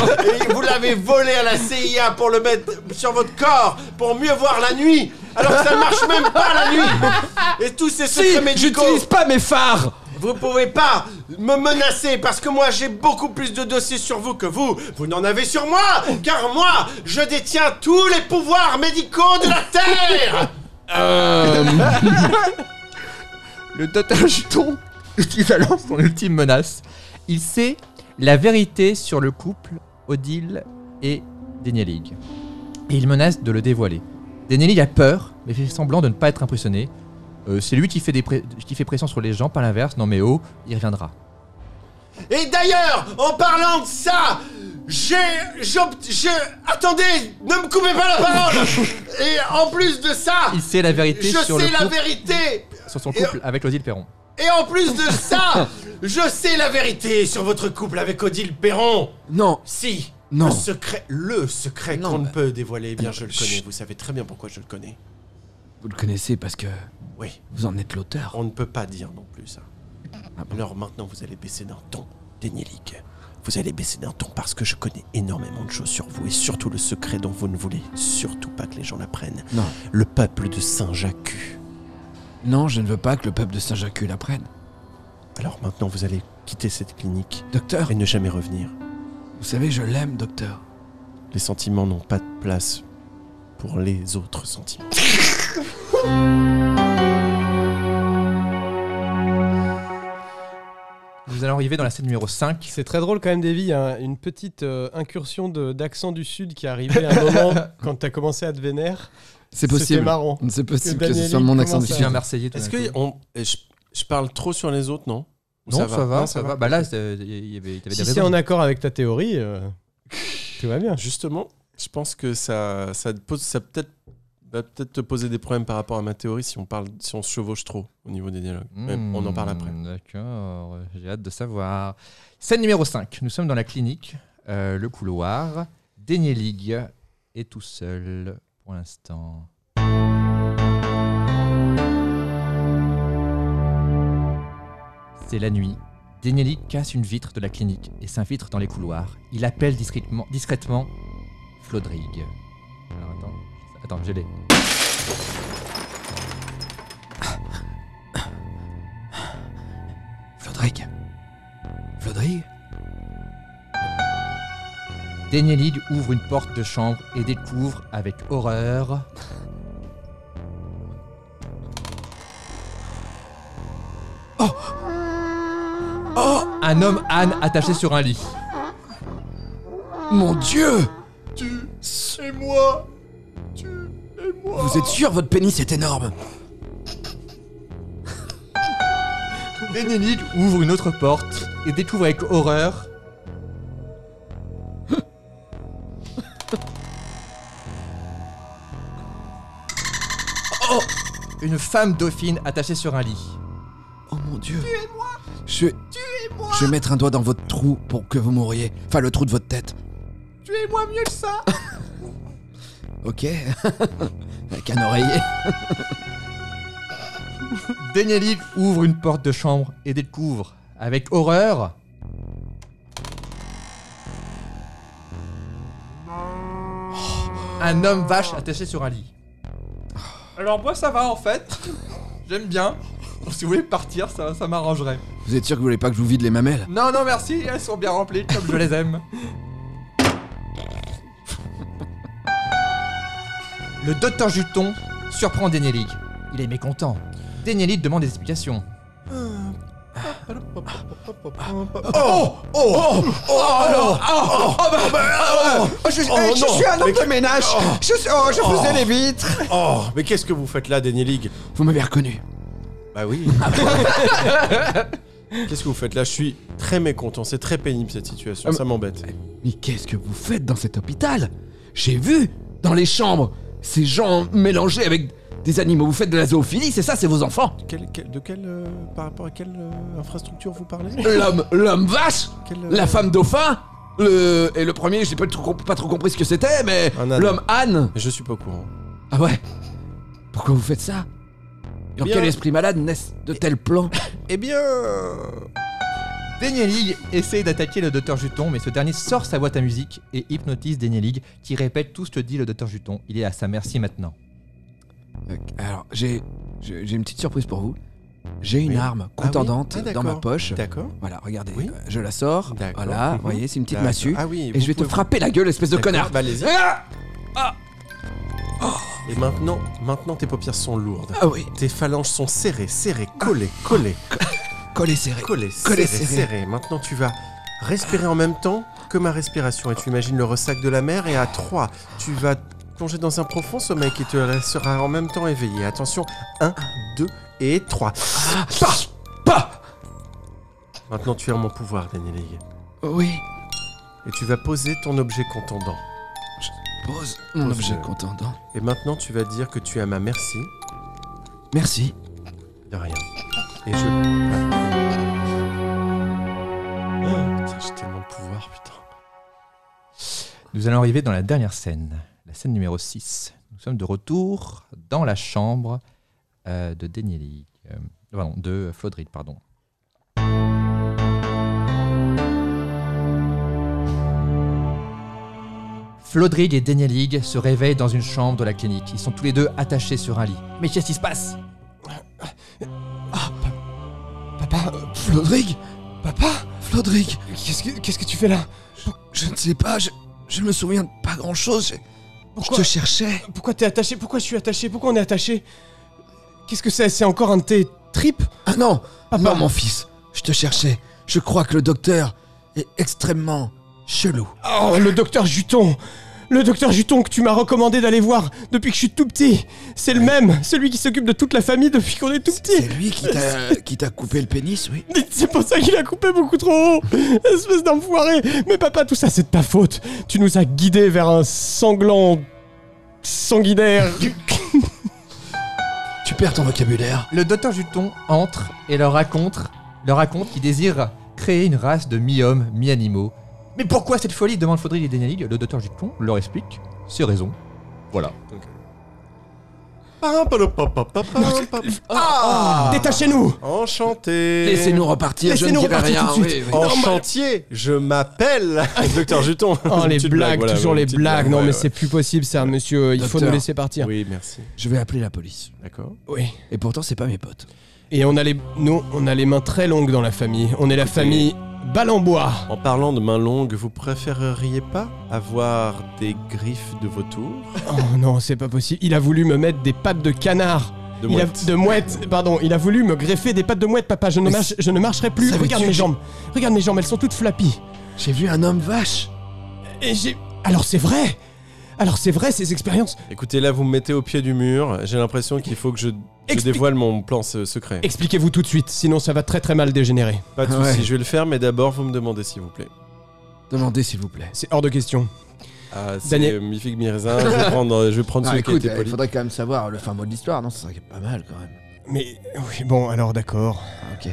[SPEAKER 3] Et vous l'avez volé à la CIA pour le mettre sur votre corps, pour mieux voir la nuit. Alors que ça marche même pas la nuit. Et tous ces
[SPEAKER 4] Si
[SPEAKER 3] secrets médicaux.
[SPEAKER 4] J'utilise pas mes phares
[SPEAKER 3] Vous pouvez pas me menacer parce que moi j'ai beaucoup plus de dossiers sur vous que vous. Vous n'en avez sur moi, car moi je détiens tous les pouvoirs médicaux de la Terre.
[SPEAKER 1] Le docteur Juton utilise alors son ultime menace. Il sait la vérité sur le couple Odile et Denelig. Et il menace de le dévoiler. Denelig a peur, mais fait semblant de ne pas être impressionné. Euh, c'est lui qui fait, des pré- qui fait pression sur les gens, pas l'inverse. Non mais oh, il reviendra.
[SPEAKER 3] Et d'ailleurs, oh, en parlant de ça, j'ai, j'opt- je, attendez, ne me coupez pas la parole. Et en plus de ça,
[SPEAKER 1] Il sait la vérité
[SPEAKER 3] je
[SPEAKER 1] sur le
[SPEAKER 3] sais la
[SPEAKER 1] couple.
[SPEAKER 3] vérité
[SPEAKER 1] sur son couple avec Odile Perron.
[SPEAKER 5] Et en plus de ça, je sais la vérité sur votre couple avec Odile Perron.
[SPEAKER 4] Non,
[SPEAKER 5] Si.
[SPEAKER 4] Non.
[SPEAKER 5] Le secret, le secret
[SPEAKER 4] Non,
[SPEAKER 5] qu'on ne
[SPEAKER 4] bah-
[SPEAKER 5] peut dévoiler, eh bien je le
[SPEAKER 4] Chut.
[SPEAKER 5] connais. Vous savez très bien pourquoi je le connais.
[SPEAKER 4] vous le connaissez parce que
[SPEAKER 5] Oui,
[SPEAKER 4] vous en êtes l'auteur.
[SPEAKER 5] on ne peut pas dire non plus ça.
[SPEAKER 1] Ah
[SPEAKER 5] Alors maintenant, vous allez baisser d'un ton, Denielik. Vous allez baisser d'un ton parce que je connais énormément de choses sur vous et surtout le secret dont vous ne voulez surtout pas que les gens l'apprennent.
[SPEAKER 4] Non.
[SPEAKER 5] Le peuple de Saint-Jacques.
[SPEAKER 4] Non, je ne veux pas que le peuple de Saint-Jacques l'apprenne.
[SPEAKER 5] Alors maintenant, vous allez quitter cette clinique
[SPEAKER 4] Docteur,
[SPEAKER 5] et ne jamais revenir.
[SPEAKER 4] vous savez, je l'aime, docteur.
[SPEAKER 5] Les sentiments n'ont pas de place pour les autres sentiments.
[SPEAKER 1] Nous allons arriver dans la scène numéro 5.
[SPEAKER 2] C'est très drôle quand même, Davy, hein, une petite euh, incursion de- d'accent du Sud qui est arrivée à un moment quand t'as commencé à te vénère.
[SPEAKER 4] C'est
[SPEAKER 2] C'était
[SPEAKER 4] possible.
[SPEAKER 2] marron.
[SPEAKER 4] C'est possible
[SPEAKER 2] Que
[SPEAKER 4] que, ce
[SPEAKER 2] Daniel
[SPEAKER 4] soit mon
[SPEAKER 2] Lee
[SPEAKER 4] accent du
[SPEAKER 2] commence à-
[SPEAKER 1] C'est
[SPEAKER 4] Sud.
[SPEAKER 1] un Marseillais. tout
[SPEAKER 3] Est-ce
[SPEAKER 1] d'un
[SPEAKER 3] que
[SPEAKER 1] coup.
[SPEAKER 3] on- je, je parle trop sur les autres, non Ou
[SPEAKER 1] Non, ça va, ça va.
[SPEAKER 3] Non, ça va.
[SPEAKER 1] Bah là, c'est- il y avait, il y avait des
[SPEAKER 2] Si c'est
[SPEAKER 1] raisons.
[SPEAKER 2] en accord avec ta théorie, euh, tout va bien.
[SPEAKER 3] Justement, je pense que ça, ça, te pose, ça peut-être va peut-être te poser des problèmes par rapport à ma théorie si on parle, si on se chevauche trop au niveau des dialogues. Mais Euh, on en parle après.
[SPEAKER 1] Hmm, D'accord, j'ai hâte de savoir. Scène numéro 5. Nous sommes dans la clinique, euh, le couloir. Dernier Ligue est tout seul pour l'instant. C'est la nuit. Denielig casse une vitre de la clinique et s'infiltre dans les couloirs. Il appelle discrètement, discrètement Flodrig. Alors, attends, attends, je l'ai.
[SPEAKER 4] Flodrig Flodrig
[SPEAKER 1] Denielid ouvre une porte de chambre et découvre avec horreur. Oh Un homme âne attaché sur un lit.
[SPEAKER 4] Mon Dieu
[SPEAKER 5] Tu et moi Tu et moi
[SPEAKER 4] Vous êtes sûr, votre pénis est énorme
[SPEAKER 1] Denielid ouvre une autre porte et découvre avec horreur. Oh Une femme dauphine attachée sur un lit.
[SPEAKER 4] Oh mon Dieu Je... Je vais mettre un doigt dans votre trou pour que vous mouriez. Enfin, le trou de votre tête.
[SPEAKER 5] Tuez-moi mieux que ça
[SPEAKER 4] Ok Avec un oreiller.
[SPEAKER 1] Danieli ouvre une porte de chambre et découvre, avec horreur. Un homme vache attaché sur un lit. Alors moi ça va en fait. J'aime bien. Si vous voulez partir, ça, ça m'arrangerait.
[SPEAKER 4] Vous êtes sûr que vous voulez pas que je vous vide les mamelles
[SPEAKER 1] Non, non, merci, elles sont bien remplies comme je les aime. Le docteur Juton surprend Denielig. Il est mécontent. Denielig demande des explications.
[SPEAKER 5] Oh Oh Oh Oh
[SPEAKER 1] je,
[SPEAKER 5] Oh, je non. suis un homme
[SPEAKER 1] de ménage
[SPEAKER 4] Oh.
[SPEAKER 1] Je,
[SPEAKER 5] faisais
[SPEAKER 1] les vitres
[SPEAKER 5] Oh Mais qu'est-ce que vous faites là, Daniel League
[SPEAKER 4] Vous m'avez reconnu.
[SPEAKER 5] Bah oui
[SPEAKER 3] Qu'est-ce que vous faites là Je suis très mécontent. C'est très pénible cette situation.
[SPEAKER 4] Ah,
[SPEAKER 3] ça m'embête.
[SPEAKER 4] Mais qu'est-ce que vous faites dans cet hôpital J'ai vu dans les chambres ces gens mélangés avec des animaux. Vous faites de la zoophilie, c'est ça, c'est vos enfants
[SPEAKER 3] Quel- quel- de quel, euh, par rapport à quelle euh, infrastructure vous parlez
[SPEAKER 4] L'homme, l'homme vache,
[SPEAKER 3] Quel, euh,
[SPEAKER 4] la femme dauphin, le et le premier, j'ai pas trop, comp- pas trop compris ce que c'était, mais
[SPEAKER 3] Un âne.
[SPEAKER 4] l'homme âne.
[SPEAKER 3] Je suis pas au courant.
[SPEAKER 4] Ah ouais. Pourquoi vous faites ça Dans
[SPEAKER 3] Bien.
[SPEAKER 4] quel esprit malade naissent de tels plans
[SPEAKER 3] Eh bien,
[SPEAKER 1] Denielig essaye d'attaquer le docteur Juton, mais ce dernier sort sa boîte à musique et hypnotise Denielig, qui répète tout ce que dit le docteur Juton. Il est à sa merci maintenant.
[SPEAKER 4] Euh, Alors j'ai j'ai j'ai une petite surprise pour vous. J'ai une
[SPEAKER 3] Oui.
[SPEAKER 4] arme
[SPEAKER 3] Ah oui
[SPEAKER 4] contendante
[SPEAKER 3] Ah,
[SPEAKER 4] dans
[SPEAKER 3] d'accord.
[SPEAKER 4] ma poche.
[SPEAKER 3] d'accord.
[SPEAKER 4] Voilà, regardez, euh,
[SPEAKER 3] Oui.
[SPEAKER 4] je la sors.
[SPEAKER 3] D'accord.
[SPEAKER 4] Voilà,
[SPEAKER 3] Mhm.
[SPEAKER 4] vous voyez, c'est une petite
[SPEAKER 3] D'accord.
[SPEAKER 4] massue.
[SPEAKER 3] Ah oui.
[SPEAKER 4] Et
[SPEAKER 3] vous
[SPEAKER 4] je vais te
[SPEAKER 3] pouvez-
[SPEAKER 4] frapper la gueule, espèce de
[SPEAKER 3] D'accord,
[SPEAKER 4] connard.
[SPEAKER 3] bah, allez-y.
[SPEAKER 4] Ah,
[SPEAKER 3] Et maintenant, maintenant tes paupières sont lourdes.
[SPEAKER 4] Ah oui,
[SPEAKER 3] Tes phalanges sont serrées, serrées, collées, collées,
[SPEAKER 4] collé serré.
[SPEAKER 3] collées,
[SPEAKER 4] Collées,
[SPEAKER 3] serrées,
[SPEAKER 4] serrées.
[SPEAKER 3] serrées. Maintenant tu vas respirer en même temps que ma respiration et tu imagines le ressac de la mer et à 3, tu vas te plonger dans un profond sommeil qui te laissera en même temps éveillé. Attention, 1, 2 et 3.
[SPEAKER 4] Pas, pas.
[SPEAKER 3] Maintenant tu es en mon pouvoir, Danielig.
[SPEAKER 4] Oui,
[SPEAKER 3] Et tu vas poser ton objet contendant.
[SPEAKER 4] pose mon
[SPEAKER 3] Pose,
[SPEAKER 4] objet
[SPEAKER 3] euh,
[SPEAKER 4] contendant.
[SPEAKER 3] Et maintenant tu vas dire que tu es à ma merci
[SPEAKER 4] Merci.
[SPEAKER 3] De rien. Et je. Ah, putain, J'ai tellement de pouvoir, putain.
[SPEAKER 1] Nous allons arriver dans la dernière scène, la scène numéro 6. Nous sommes de retour dans la chambre euh, de Denieli, euh, pardon, de Flodrig, pardon. Flodrig et Denielig se réveillent dans une chambre de la clinique. Ils sont tous les deux attachés sur un lit. Mais qu'est-ce qui se passe
[SPEAKER 6] Papa Flodrig Papa Flodrig Qu'est-ce que, qu'est-ce que tu fais là
[SPEAKER 7] Je ne sais pas, je, je ne me souviens de pas grand chose. Je, je
[SPEAKER 6] Pourquoi,
[SPEAKER 7] te cherchais.
[SPEAKER 6] pourquoi t'es attaché Pourquoi je suis attaché Pourquoi on est attaché Qu'est-ce que c'est C'est encore un de tes tripes
[SPEAKER 7] Ah non
[SPEAKER 6] Papa.
[SPEAKER 7] Non, mon fils, je te cherchais. Je crois que le docteur est extrêmement chelou.
[SPEAKER 6] Oh, le docteur Juton Le docteur Juton que tu m'as recommandé d'aller voir depuis que je suis tout petit C'est le même Celui qui s'occupe de toute la famille depuis qu'on est tout
[SPEAKER 7] C'est
[SPEAKER 6] petit
[SPEAKER 7] lui qui t'a qui t'a coupé le pénis, oui
[SPEAKER 6] C'est pour ça qu'il a coupé beaucoup trop haut Espèce d'enfoiré Mais papa, tout ça c'est de ta faute Tu nous as guidés vers un sanglant... sanguinaire
[SPEAKER 7] Tu perds ton vocabulaire.
[SPEAKER 1] Le docteur Juton entre et leur raconte, leur raconte qu'il désire créer une race de mi-hommes, mi-animaux. Mais pourquoi cette folie demande Faudry et Denielig. Le docteur Juton leur explique ses raisons. Voilà.
[SPEAKER 3] Ah.
[SPEAKER 6] Oh, Détachez-nous
[SPEAKER 3] Enchanté.
[SPEAKER 7] Laissez-nous repartir, je ne
[SPEAKER 6] Laissez-nous
[SPEAKER 7] dirai
[SPEAKER 6] repartir
[SPEAKER 7] rien.
[SPEAKER 6] tout de suite.
[SPEAKER 7] oui, oui.
[SPEAKER 3] En chantier, je m'appelle Docteur Juton.
[SPEAKER 2] Oh, les
[SPEAKER 3] Petite
[SPEAKER 2] blagues,
[SPEAKER 3] blague, voilà,
[SPEAKER 2] toujours
[SPEAKER 3] ouais,
[SPEAKER 2] les
[SPEAKER 3] petite
[SPEAKER 2] blagues.
[SPEAKER 3] blague,
[SPEAKER 2] non,
[SPEAKER 3] ouais,
[SPEAKER 2] mais
[SPEAKER 3] ouais.
[SPEAKER 2] c'est plus possible, ça, monsieur. Il faut
[SPEAKER 7] Docteur.
[SPEAKER 2] nous laisser partir.
[SPEAKER 3] Oui, merci.
[SPEAKER 7] Je vais appeler la police.
[SPEAKER 3] D'accord.
[SPEAKER 2] Oui.
[SPEAKER 7] Et pourtant, c'est pas mes potes.
[SPEAKER 2] Et on a les, nous, on a les mains très longues dans la famille. On est la famille Balambois.
[SPEAKER 3] En parlant de mains longues, vous préféreriez pas avoir des griffes de vautour
[SPEAKER 2] Oh non, c'est pas possible. Il a voulu me mettre des pattes de canard.
[SPEAKER 3] De
[SPEAKER 2] Il a-
[SPEAKER 3] mouette.
[SPEAKER 2] de mouette, pardon. Il a voulu me greffer des pattes de mouette, papa. Je ne,
[SPEAKER 7] Mais
[SPEAKER 2] marche, je ne marcherai plus.
[SPEAKER 7] Savais-tu
[SPEAKER 2] Regarde mes
[SPEAKER 7] que-
[SPEAKER 2] jambes. Regarde mes jambes, elles sont toutes flappies.
[SPEAKER 7] J'ai vu un homme vache.
[SPEAKER 2] Et j'ai. Alors c'est vrai Alors c'est vrai, ces expériences.
[SPEAKER 3] Écoutez, là, vous me mettez au pied du mur. J'ai l'impression qu'il faut que je, je
[SPEAKER 2] Explique-
[SPEAKER 3] dévoile mon plan se- secret.
[SPEAKER 2] Expliquez-vous tout de suite, sinon ça va très très mal dégénérer.
[SPEAKER 3] Pas de
[SPEAKER 7] Ah ouais.
[SPEAKER 3] soucis, je vais le faire, mais d'abord, vous me demandez, s'il vous plaît.
[SPEAKER 7] Demandez, s'il vous plaît.
[SPEAKER 2] C'est hors de question.
[SPEAKER 3] Ah, c'est
[SPEAKER 2] Daniel-
[SPEAKER 3] mi figue, mi raisin. Je vais prendre, euh, je vais prendre
[SPEAKER 7] Ah,
[SPEAKER 3] celui
[SPEAKER 7] écoute,
[SPEAKER 3] qui a été
[SPEAKER 7] il
[SPEAKER 3] poli.
[SPEAKER 7] faudrait quand même savoir le fin mot de l'histoire, non Ça serait pas mal quand même.
[SPEAKER 2] Mais oui, bon, alors d'accord,
[SPEAKER 7] Ah, ok.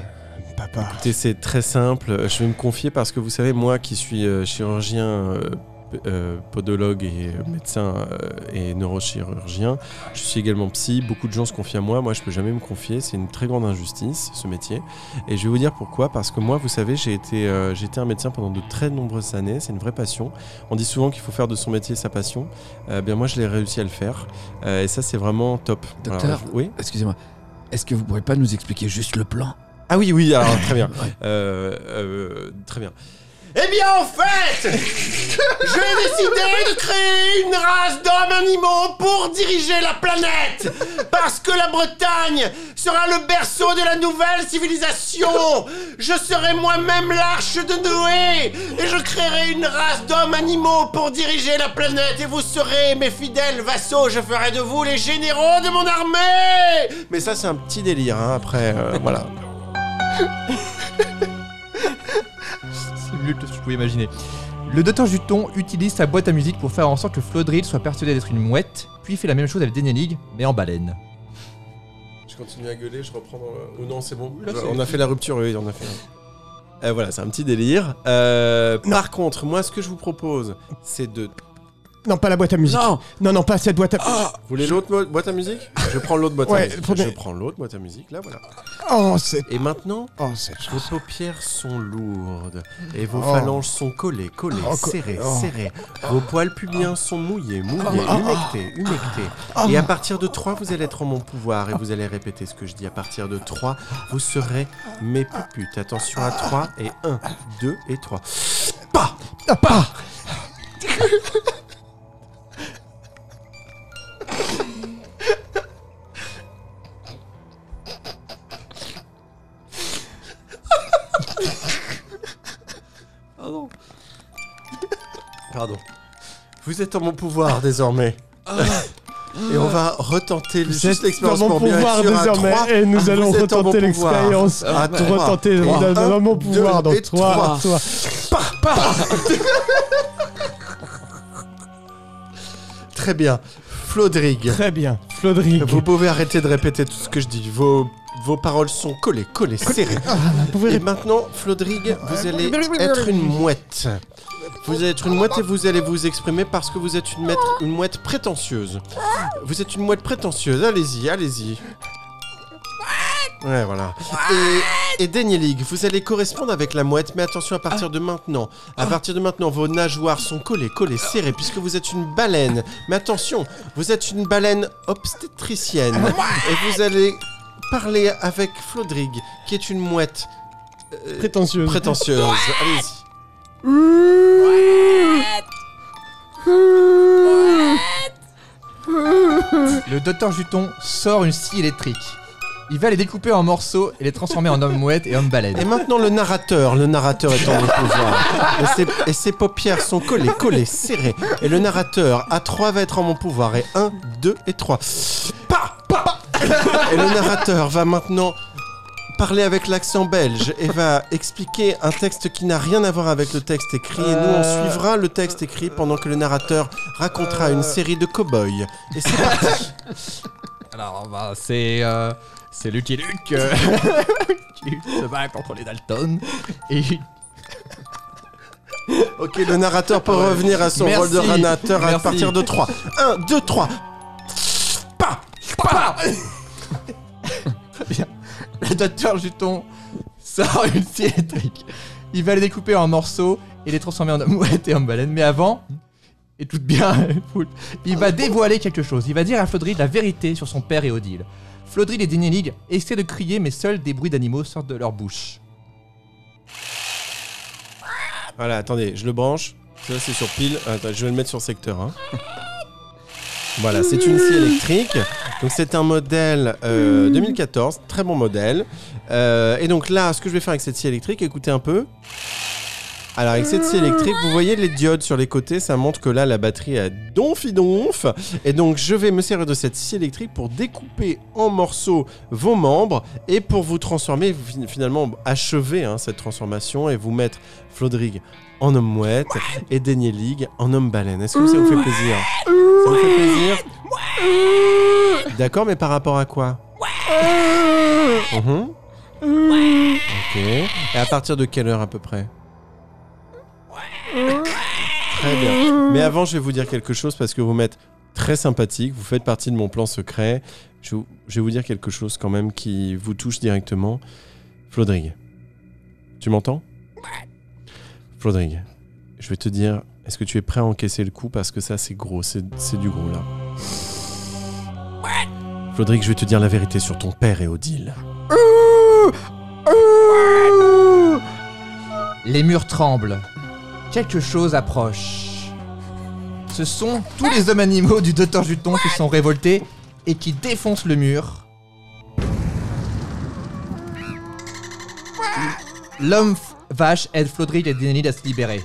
[SPEAKER 2] papa.
[SPEAKER 3] Écoutez, c'est très simple. Euh, Je vais me confier parce que vous savez, moi qui suis euh, chirurgien, euh, p- euh, podologue et euh, médecin euh, et neurochirurgien, je suis également psy. Beaucoup de gens se confient à moi. Moi, je peux jamais me confier. C'est une très grande injustice, ce métier. Et je vais vous dire pourquoi. Parce que moi, vous savez, j'ai été, euh, j'ai été un médecin pendant de très nombreuses années. C'est une vraie passion. On dit souvent qu'il faut faire de son métier sa passion. Euh, bien, moi, je l'ai réussi à le faire. Euh, et ça, c'est vraiment top.
[SPEAKER 7] Docteur,
[SPEAKER 3] Alors, je- oui.
[SPEAKER 7] Excusez-moi. Est-ce que vous pourrez pas nous expliquer juste le plan
[SPEAKER 3] Ah oui, oui, alors très bien. Euh, euh, très bien. Eh bien, en fait, j'ai décidé de créer une race d'hommes animaux pour diriger la planète Parce que la Bretagne sera le berceau de la nouvelle civilisation Je serai moi-même l'arche de Noé Et je créerai une race d'hommes animaux pour diriger la planète Et vous serez mes fidèles vassaux Je ferai de vous les généraux de mon armée Mais ça, c'est un petit délire, hein, après, euh, voilà.
[SPEAKER 1] C'est mieux que ce que je pouvais imaginer. Le docteur Juton utilise sa boîte à musique pour faire en sorte que Flodril soit persuadé d'être une mouette, puis fait la même chose avec Denielig, mais en baleine.
[SPEAKER 3] Je continue à gueuler, je reprends. Dans... Oh non, c'est bon. on a fait la rupture, oui, on a fait. la- Euh, voilà, c'est un petit délire. Euh, par contre, moi, ce que je vous propose, c'est de.
[SPEAKER 2] Non, pas la boîte à musique.
[SPEAKER 7] Non
[SPEAKER 2] non, non, pas cette boîte à.
[SPEAKER 3] Vous voulez l'autre mo- boîte à musique Je prends l'autre boîte
[SPEAKER 2] Ouais,
[SPEAKER 3] à musique.
[SPEAKER 2] prenez.
[SPEAKER 3] Je prends l'autre boîte à musique, là, voilà.
[SPEAKER 2] Oh, c'est.
[SPEAKER 3] Et maintenant,
[SPEAKER 2] Oh, c'est.
[SPEAKER 3] vos paupières sont lourdes et vos
[SPEAKER 2] Oh.
[SPEAKER 3] phalanges sont collées, collées,
[SPEAKER 2] Oh, co-
[SPEAKER 3] serrées,
[SPEAKER 2] oh.
[SPEAKER 3] serrées. Vos poils pubiens sont mouillés, mouillés,
[SPEAKER 2] Oh.
[SPEAKER 3] humectés, humectés. Et à partir de 3, vous allez être en mon pouvoir et vous allez répéter ce que je dis. À partir de 3, vous serez mes
[SPEAKER 2] Ah.
[SPEAKER 3] puputes. Attention à 3 et 1, 2 et 3. Pas
[SPEAKER 2] Papa
[SPEAKER 3] Pardon. Vous êtes en mon pouvoir désormais. Et on va retenter le- juste l'expérience
[SPEAKER 2] dans mon
[SPEAKER 3] pour bien
[SPEAKER 2] pouvoir
[SPEAKER 3] être sûr. À
[SPEAKER 2] désormais
[SPEAKER 3] trois,
[SPEAKER 2] et nous
[SPEAKER 3] vous
[SPEAKER 2] allons
[SPEAKER 3] êtes en mon
[SPEAKER 2] retenter
[SPEAKER 3] pouvoir.
[SPEAKER 2] l'expérience.
[SPEAKER 3] Ah, ouais.
[SPEAKER 2] retenter
[SPEAKER 3] Trois,
[SPEAKER 2] dans, dans
[SPEAKER 3] un,
[SPEAKER 2] mon
[SPEAKER 3] deux
[SPEAKER 2] pouvoir dans
[SPEAKER 3] et
[SPEAKER 2] 3,
[SPEAKER 3] trois. Très bien. Flodrig,
[SPEAKER 2] Très bien, Flodrig.
[SPEAKER 3] vous pouvez arrêter de répéter tout ce que je dis. Vos Vos paroles sont collées, collées, serrées. Et maintenant, Flodrig, vous allez être une mouette. Vous allez être une mouette et vous allez vous exprimer parce que vous êtes une, maître- une mouette prétentieuse. Vous êtes une mouette prétentieuse. Allez-y, allez-y. Ouais, voilà. Et, et Danielig, vous allez correspondre avec la mouette, mais attention à partir de maintenant. À partir de maintenant, vos nageoires sont collées, collées, serrées, puisque vous êtes une baleine. Mais attention, vous êtes une baleine obstétricienne. Et vous allez parler avec Flodrig, qui est une mouette euh,
[SPEAKER 6] Prétentieuse.
[SPEAKER 3] prétentieuse. Allez-y.
[SPEAKER 1] Le docteur Juton sort une scie électrique. Il va les découper en morceaux et les transformer en homme mouette et homme baleine.
[SPEAKER 3] Et maintenant le narrateur, le narrateur est en pouvoir. Et ses, et ses paupières sont collées, collées, serrées. Et le narrateur a trois va être en mon pouvoir. Et un, deux et trois. Pa, pa, pa. Et le narrateur va maintenant parler avec l'accent belge et va expliquer un texte qui n'a rien à voir avec le texte écrit. Et nous, on suivra le texte écrit pendant que le narrateur racontera une série de cow-boys. Et c'est parti.
[SPEAKER 1] Alors, bah, c'est. euh, c'est Lucky Luke euh, qui se bat contre les Dalton. Et
[SPEAKER 3] Ok, le narrateur peut revenir à son
[SPEAKER 1] Merci.
[SPEAKER 3] rôle de narrateur à
[SPEAKER 1] Merci.
[SPEAKER 3] partir de 3. 1, 2, 3.
[SPEAKER 1] Pa Pa Très bien. Le docteur Juton sort une scie électrique. Il va les découper en morceaux et les transformer en mouettes et en baleines. Mais avant, et tout bien, écoute, il va dévoiler quelque chose. Il va dire à Flodril la vérité sur son père et Odile. Flodril et Denielig essaient de crier, mais seuls des bruits d'animaux sortent de leur bouche.
[SPEAKER 3] Voilà, attendez, je le branche. Ça, c'est sur pile. Attends, je vais le mettre sur secteur. hein. Voilà, c'est une scie électrique. Donc, c'est un modèle euh, 2014, très bon modèle. Euh, et donc là, ce que je vais faire avec cette scie électrique, écoutez un peu. Alors, avec cette scie électrique, vous voyez les diodes sur les côtés, ça montre que là, la batterie a donfidonf. Et donc, je vais me servir de cette scie électrique pour découper en morceaux vos membres et pour vous transformer, fin- finalement, achever hein, cette transformation et vous mettre Flodrig en homme mouette et Daniel League en homme baleine. Est-ce que ça vous fait plaisir Ça vous fait plaisir D'accord, mais par rapport à quoi Mhm. Ok. Et à partir de quelle heure à peu près Très bien. Mais avant, je vais vous dire quelque chose parce que vous m'êtes très sympathique. Vous faites partie de mon plan secret. Je, vous- je vais vous dire quelque chose quand même qui vous touche directement. Flodrig, tu m'entends Flodrig, je vais te dire, est-ce que tu es prêt à encaisser le coup Parce que ça, c'est gros, c'est c'est du gros là. Flodrig, je vais te dire la vérité sur ton père et Odile.
[SPEAKER 1] Les murs tremblent. Quelque chose approche. Ce sont tous les hommes animaux du Docteur Juton qui sont révoltés et qui défoncent le mur. L'homme f- vache aide Flodrig et Denelid à se libérer.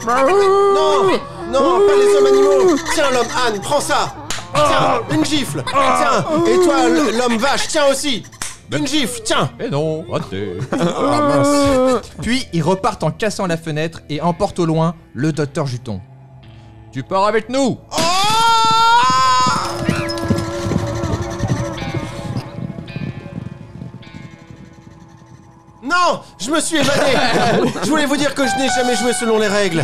[SPEAKER 3] Non Non, pas les hommes animaux Tiens, l'homme Anne, prends ça Tiens, une gifle Tiens, et toi, l- l'homme vache, tiens aussi Une gifle, tiens
[SPEAKER 1] Mais Eh non, Ah, Puis ils repartent en cassant la fenêtre et emportent au loin le docteur Juton. Tu pars avec nous
[SPEAKER 3] Non Je me suis évadé Je voulais vous dire que je n'ai jamais joué selon les règles.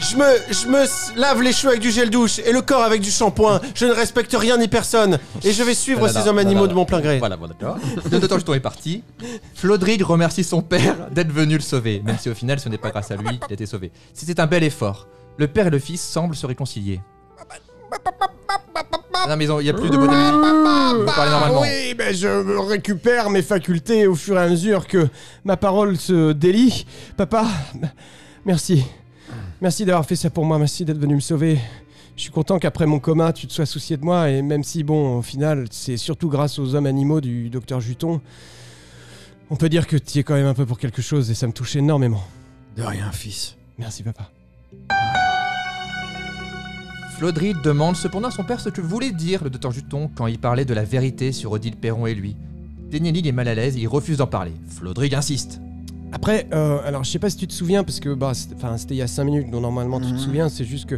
[SPEAKER 3] Je me, je me s- lave les cheveux avec du gel douche et le corps avec du shampoing. Je ne respecte rien ni personne. Et je vais suivre ces hommes animaux de mon plein gré.
[SPEAKER 1] Voilà, bon d'accord. Le docteur Juton est parti. Flodrig remercie son père d'être venu le sauver, même si au final ce n'est pas grâce à lui qu'il a été sauvé. C'était un bel effort. Le père et le fils semblent se réconcilier. Non mais ils ont- il n'y a plus de bonhomie. Vous parlez normalement.
[SPEAKER 6] Ah Oui, mais je récupère mes facultés au fur et à mesure que ma parole se délie. Papa, merci. Merci d'avoir fait ça pour moi, merci d'être venu me sauver. Je suis content qu'après mon coma, tu te sois soucié de moi, et même si, bon, au final, c'est surtout grâce aux hommes animaux du docteur Juton, on peut dire que tu es quand même un peu pour quelque chose, et ça me touche énormément.
[SPEAKER 7] De rien, fils.
[SPEAKER 6] Merci, papa.
[SPEAKER 1] Flodrid demande cependant à son père ce que voulait dire le docteur Juton quand il parlait de la vérité sur Odile Perron et lui. Denielig est mal à l'aise et il refuse d'en parler. Flodrig insiste.
[SPEAKER 6] Après, euh, alors je sais pas si tu te souviens, parce que bah, c'était enfin, c'était il y a 5 minutes, donc normalement
[SPEAKER 7] Mhm. Mhm.
[SPEAKER 6] tu te souviens, c'est juste que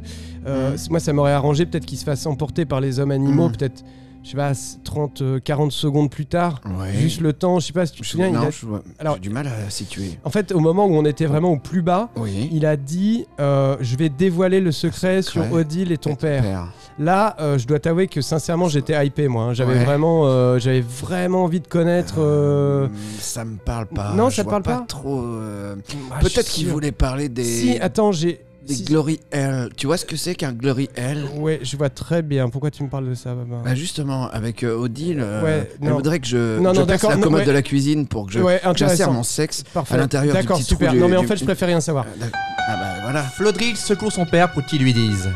[SPEAKER 6] euh, c- moi ça m'aurait arrangé peut-être qu'il se fasse emporter par les hommes animaux, peut-être
[SPEAKER 2] je sais pas, 30, euh, 40 secondes plus tard.
[SPEAKER 7] Ouais.
[SPEAKER 2] Juste le temps, je sais pas si tu te
[SPEAKER 7] Je-
[SPEAKER 2] souviens. il
[SPEAKER 7] non,
[SPEAKER 2] a-
[SPEAKER 7] je vois-
[SPEAKER 2] Alors-
[SPEAKER 7] j'ai du mal à situer.
[SPEAKER 2] En fait, au moment où on était vraiment au plus bas,
[SPEAKER 7] Oui.
[SPEAKER 2] il a dit euh, Je vais dévoiler le secret sur Odile et ton père. Là, euh, je dois t'avouer que sincèrement, j'étais hypé, moi. hein. J'avais
[SPEAKER 7] Ouais.
[SPEAKER 2] vraiment, euh, j'avais vraiment envie de connaître. euh,
[SPEAKER 7] Hum, Ça me parle pas.
[SPEAKER 2] non,
[SPEAKER 7] je
[SPEAKER 2] ça te
[SPEAKER 7] vois
[SPEAKER 2] parle pas
[SPEAKER 7] trop. euh,
[SPEAKER 2] ah, je suis
[SPEAKER 7] Peut-être qu'il
[SPEAKER 2] sûr.
[SPEAKER 7] voulait parler des.
[SPEAKER 2] Si, attends, j'ai.
[SPEAKER 7] des
[SPEAKER 2] si-
[SPEAKER 7] Glory Hell. Tu vois ce que c'est qu'un Glory Hell
[SPEAKER 2] Ouais, je vois très bien. Pourquoi tu me parles de ça, Baba
[SPEAKER 7] Bah justement, avec euh, Odile, euh,
[SPEAKER 2] Ouais,
[SPEAKER 7] elle
[SPEAKER 2] non.
[SPEAKER 7] voudrait que je,
[SPEAKER 2] Non,
[SPEAKER 7] je passe
[SPEAKER 2] non, d'accord,
[SPEAKER 7] la
[SPEAKER 2] non,
[SPEAKER 7] commode
[SPEAKER 2] ouais.
[SPEAKER 7] de la cuisine pour que je
[SPEAKER 2] ouais,
[SPEAKER 7] j'insère mon
[SPEAKER 2] intéressant.
[SPEAKER 7] sexe.
[SPEAKER 2] Parfait.
[SPEAKER 7] à l'intérieur du
[SPEAKER 2] D'accord,
[SPEAKER 7] petit trou
[SPEAKER 2] super.
[SPEAKER 7] du-
[SPEAKER 2] non, mais en
[SPEAKER 7] du-
[SPEAKER 2] fait, je préfère rien savoir.
[SPEAKER 7] Ah, d'ac- ah bah voilà.
[SPEAKER 1] Flodrig secoue son père pour qu'il lui dise.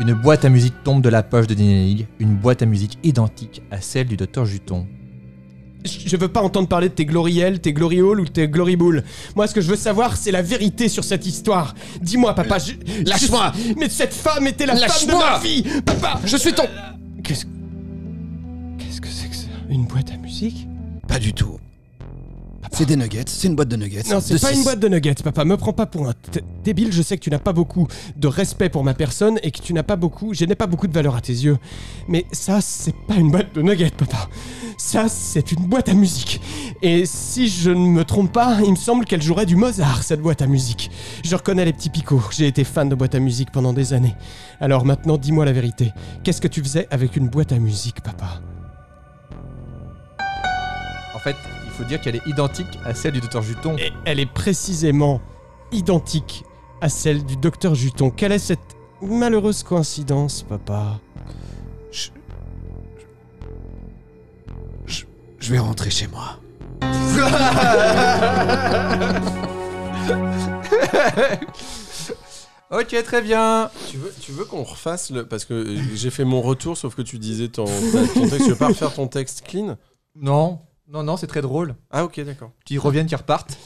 [SPEAKER 1] Une boîte à musique tombe de la poche de Dinaig, une boîte à musique identique à celle du docteur Juton.
[SPEAKER 2] Je je veux pas entendre parler de tes glorielles, tes glorioles ou tes gloriboules. Moi, ce que je veux savoir, c'est la vérité sur cette histoire. Dis-moi, papa. je-
[SPEAKER 7] Lâche-moi
[SPEAKER 2] je- Mais cette femme était la femme de
[SPEAKER 7] Lâche-moi
[SPEAKER 2] ma fille, papa.
[SPEAKER 7] Je suis ton.
[SPEAKER 2] Qu'est-ce Qu'est-ce que c'est que ça Une boîte à musique
[SPEAKER 7] Pas du tout. C'est des nuggets, c'est une boîte de nuggets.
[SPEAKER 2] Non, c'est
[SPEAKER 7] de
[SPEAKER 2] pas
[SPEAKER 7] six.
[SPEAKER 2] une boîte de nuggets, papa. Me prends pas pour un t- débile. Je sais que tu n'as pas beaucoup de respect pour ma personne et que tu n'as pas beaucoup. Je n'ai pas beaucoup de valeur à tes yeux. Mais ça, c'est pas une boîte de nuggets, papa. Ça, c'est une boîte à musique. Et si je ne me trompe pas, il me semble qu'elle jouerait du Mozart, cette boîte à musique. Je reconnais les petits picots. J'ai été fan de boîte à musique pendant des années. Alors maintenant, dis-moi la vérité. Qu'est-ce que tu faisais avec une boîte à musique, papa
[SPEAKER 1] En fait, il faut dire qu'elle est identique à celle du docteur Juton.
[SPEAKER 2] Et elle est précisément identique à celle du docteur Juton. Quelle est cette malheureuse coïncidence, papa
[SPEAKER 7] Je vais rentrer chez moi.
[SPEAKER 1] Ok, très bien.
[SPEAKER 3] Tu veux, tu veux qu'on refasse le. Parce que euh, j'ai fait mon retour, sauf que tu disais ton, ta- ton texte. Tu veux pas refaire ton texte clean
[SPEAKER 1] Non, non, non, c'est très drôle.
[SPEAKER 3] Ah, ok, d'accord.
[SPEAKER 1] Qu'ils reviennent, qu'ils repartent.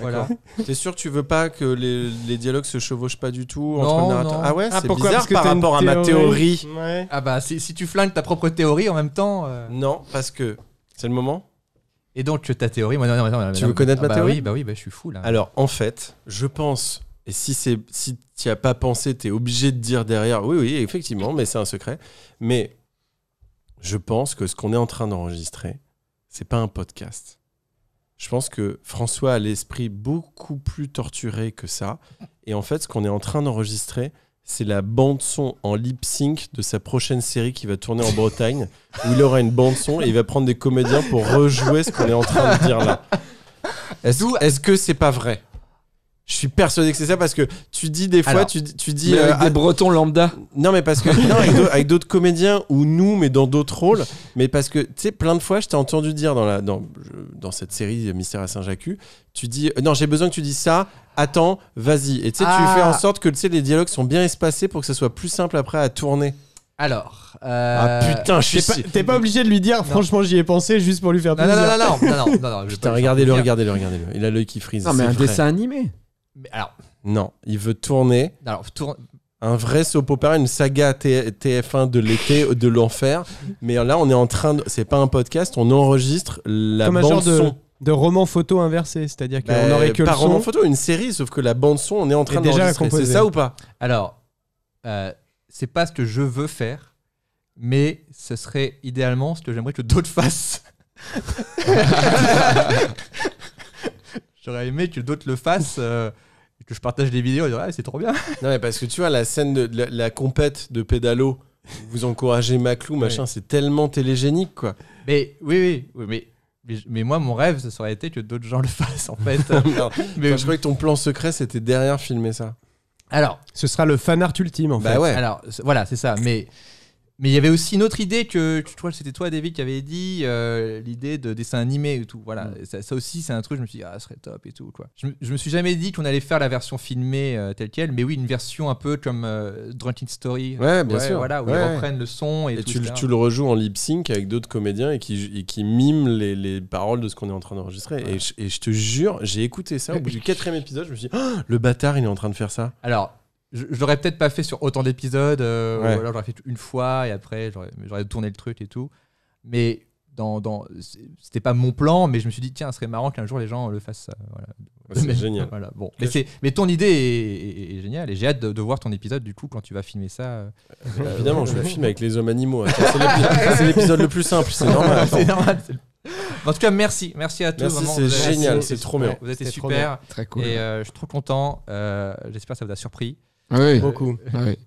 [SPEAKER 1] Voilà.
[SPEAKER 3] T'es sûr que tu veux pas que les, les dialogues se chevauchent pas du tout entre
[SPEAKER 1] Non,
[SPEAKER 3] le narrateur
[SPEAKER 1] non.
[SPEAKER 3] Ah ouais,
[SPEAKER 2] Ah,
[SPEAKER 3] c'est
[SPEAKER 2] pourquoi
[SPEAKER 3] bizarre
[SPEAKER 2] Parce que
[SPEAKER 3] par
[SPEAKER 2] t'as une
[SPEAKER 3] rapport à ma
[SPEAKER 2] théorie.
[SPEAKER 3] théorie.
[SPEAKER 2] Ouais.
[SPEAKER 1] Ah bah, si, si tu flingues ta propre théorie en même temps. euh,
[SPEAKER 3] Non, parce que. C'est le moment
[SPEAKER 1] Et donc, tu- ta théorie. moi, non, non, non, non,
[SPEAKER 3] Tu
[SPEAKER 1] non,
[SPEAKER 3] veux connaître ma
[SPEAKER 1] ah bah
[SPEAKER 3] théorie
[SPEAKER 1] Oui, bah oui, bah je suis fou là.
[SPEAKER 3] Alors en fait, je pense, et si c'est si t'y as pas pensé, t'es obligé de dire derrière, oui oui effectivement, mais c'est un secret. Mais je pense que ce qu'on est en train d'enregistrer, c'est pas un podcast. Je pense que François a l'esprit beaucoup plus torturé que ça. Et en fait, ce qu'on est en train d'enregistrer, c'est la bande son en lip sync de sa prochaine série qui va tourner en Bretagne, où il aura une bande son et il va prendre des comédiens pour rejouer ce qu'on est en train de dire là. Est-ce est-ce que c'est pas vrai Je suis persuadé que c'est ça parce que tu dis des fois,
[SPEAKER 1] Alors,
[SPEAKER 3] tu, tu dis
[SPEAKER 4] Mais
[SPEAKER 3] euh,
[SPEAKER 4] avec
[SPEAKER 3] ah,
[SPEAKER 4] des Bretons lambda.
[SPEAKER 3] non, mais parce que. Non, avec d'au- avec d'autres comédiens ou nous, mais dans d'autres rôles. Mais parce que, tu sais, plein de fois, je t'ai entendu dire dans, la, dans, je- dans cette série Mystère à Saint-Jacques, tu dis euh, Non, j'ai besoin que tu dises ça, attends, vas-y. Et tu sais,
[SPEAKER 1] Ah.
[SPEAKER 3] tu fais en sorte que tu sais, les dialogues sont bien espacés pour que ça soit plus simple après à tourner.
[SPEAKER 1] Alors.
[SPEAKER 3] Ah
[SPEAKER 1] euh,
[SPEAKER 3] putain, je suis.
[SPEAKER 2] T'es pas,
[SPEAKER 3] si-
[SPEAKER 2] t'es pas obligé de lui dire, franchement, j'y ai pensé juste pour lui faire
[SPEAKER 1] Non,
[SPEAKER 2] plaisir.
[SPEAKER 1] non, non, non, non, non, non, non, non,
[SPEAKER 3] Putain,
[SPEAKER 1] je vais pas lui faire
[SPEAKER 3] regardez-le,
[SPEAKER 1] plaisir.
[SPEAKER 3] regardez-le, regardez-le. Il a l'œil qui frise.
[SPEAKER 4] Non, mais
[SPEAKER 3] c'est
[SPEAKER 4] un
[SPEAKER 3] vrai.
[SPEAKER 4] dessin animé.
[SPEAKER 1] Mais alors,
[SPEAKER 3] Non, il veut tourner
[SPEAKER 1] alors tourne-
[SPEAKER 3] un vrai soap opera, une saga T- TF1 de l'été, de l'enfer. Mais là, on est en train de. C'est pas un podcast, on enregistre la
[SPEAKER 2] Comme un
[SPEAKER 3] bande
[SPEAKER 2] genre de,
[SPEAKER 3] son.
[SPEAKER 2] de roman photo inversé, c'est-à-dire qu'on
[SPEAKER 3] Bah,
[SPEAKER 2] aurait que le
[SPEAKER 3] pas roman
[SPEAKER 2] son.
[SPEAKER 3] photo, une série, sauf que la bande son, on est en train
[SPEAKER 2] Est déjà
[SPEAKER 3] d'enregistrer. C'est
[SPEAKER 2] composée.
[SPEAKER 3] ça ou pas
[SPEAKER 1] alors, euh, c'est pas ce que je veux faire, mais ce serait idéalement ce que j'aimerais que d'autres fassent. J'aurais aimé que d'autres le fassent, euh, et que je partage les vidéos, et dire, ah, c'est trop bien.
[SPEAKER 3] Non, mais parce que tu vois, la scène de la, la compète de pédalo, vous encouragez Maclou, machin, c'est tellement télégénique, quoi.
[SPEAKER 1] Mais oui, oui, oui, mais. Mais, je- mais moi, mon rêve, ce serait été que d'autres gens le fassent, en fait.
[SPEAKER 3] Merde.
[SPEAKER 1] Mais-
[SPEAKER 3] Enfin, je croyais que ton plan secret, c'était derrière filmer ça.
[SPEAKER 1] alors,
[SPEAKER 2] Ce sera le fan art ultime, en fait.
[SPEAKER 3] Bah ouais.
[SPEAKER 1] Alors c'est- voilà, c'est ça. Mais mais il y avait aussi une autre idée que je crois que c'était toi, David, qui avait dit euh, l'idée de dessin animé et tout. Voilà,
[SPEAKER 3] Mm.
[SPEAKER 1] Et ça, ça aussi c'est un truc. Je me suis dit ah, ce serait top et tout quoi. Je, me- je me suis jamais dit qu'on allait faire la version filmée euh, telle quelle, mais oui une version un peu comme euh, Drunken Story.
[SPEAKER 3] Ouais, bien sûr.
[SPEAKER 1] Voilà, où
[SPEAKER 3] Ouais,
[SPEAKER 1] ils
[SPEAKER 3] ouais.
[SPEAKER 1] reprennent le son et,
[SPEAKER 3] Et
[SPEAKER 1] tout.
[SPEAKER 3] tu, le-
[SPEAKER 1] etc.
[SPEAKER 3] tu le rejoues en lip sync avec d'autres comédiens et qui, et qui miment les, les paroles de ce qu'on est en train d'enregistrer. Et, je, et je te jure, j'ai écouté ça. Au bout du quatrième épisode, je me suis dit, Ah, le bâtard, il est en train de faire ça.
[SPEAKER 1] Alors. Je, je l'aurais peut-être pas fait sur autant d'épisodes, euh,
[SPEAKER 3] Ouais.
[SPEAKER 1] ou alors j'aurais fait une fois et après j'aurais j'aurais tourné le truc et tout. Mais dans, dans c'est- c'était pas mon plan, mais je me suis dit tiens, ce serait marrant qu'un jour les gens le fassent. euh, voilà.
[SPEAKER 3] C'est
[SPEAKER 1] Mais-
[SPEAKER 3] génial.
[SPEAKER 1] Voilà, bon. Mais, c'est- mais ton idée est, est- est géniale et j'ai hâte de, de voir ton épisode du coup quand tu vas filmer ça. euh.
[SPEAKER 3] Bah, évidemment, je le filme avec les hommes animaux. Attends, c'est l'épi- C'est l'épisode le plus simple, c'est normal. attends.
[SPEAKER 1] c'est normal. c'est- En tout cas, merci, merci à tous.
[SPEAKER 3] Merci,
[SPEAKER 1] vraiment,
[SPEAKER 3] c'est
[SPEAKER 1] vous avez-
[SPEAKER 3] génial,
[SPEAKER 1] merci.
[SPEAKER 3] c'est trop bien.
[SPEAKER 1] Vous êtes
[SPEAKER 2] C'était trop
[SPEAKER 1] super
[SPEAKER 4] Très cool.
[SPEAKER 1] et euh, je suis trop content. euh, J'espère que ça vous a surpris.
[SPEAKER 4] Ah oui,
[SPEAKER 2] Beaucoup.
[SPEAKER 4] ah oui.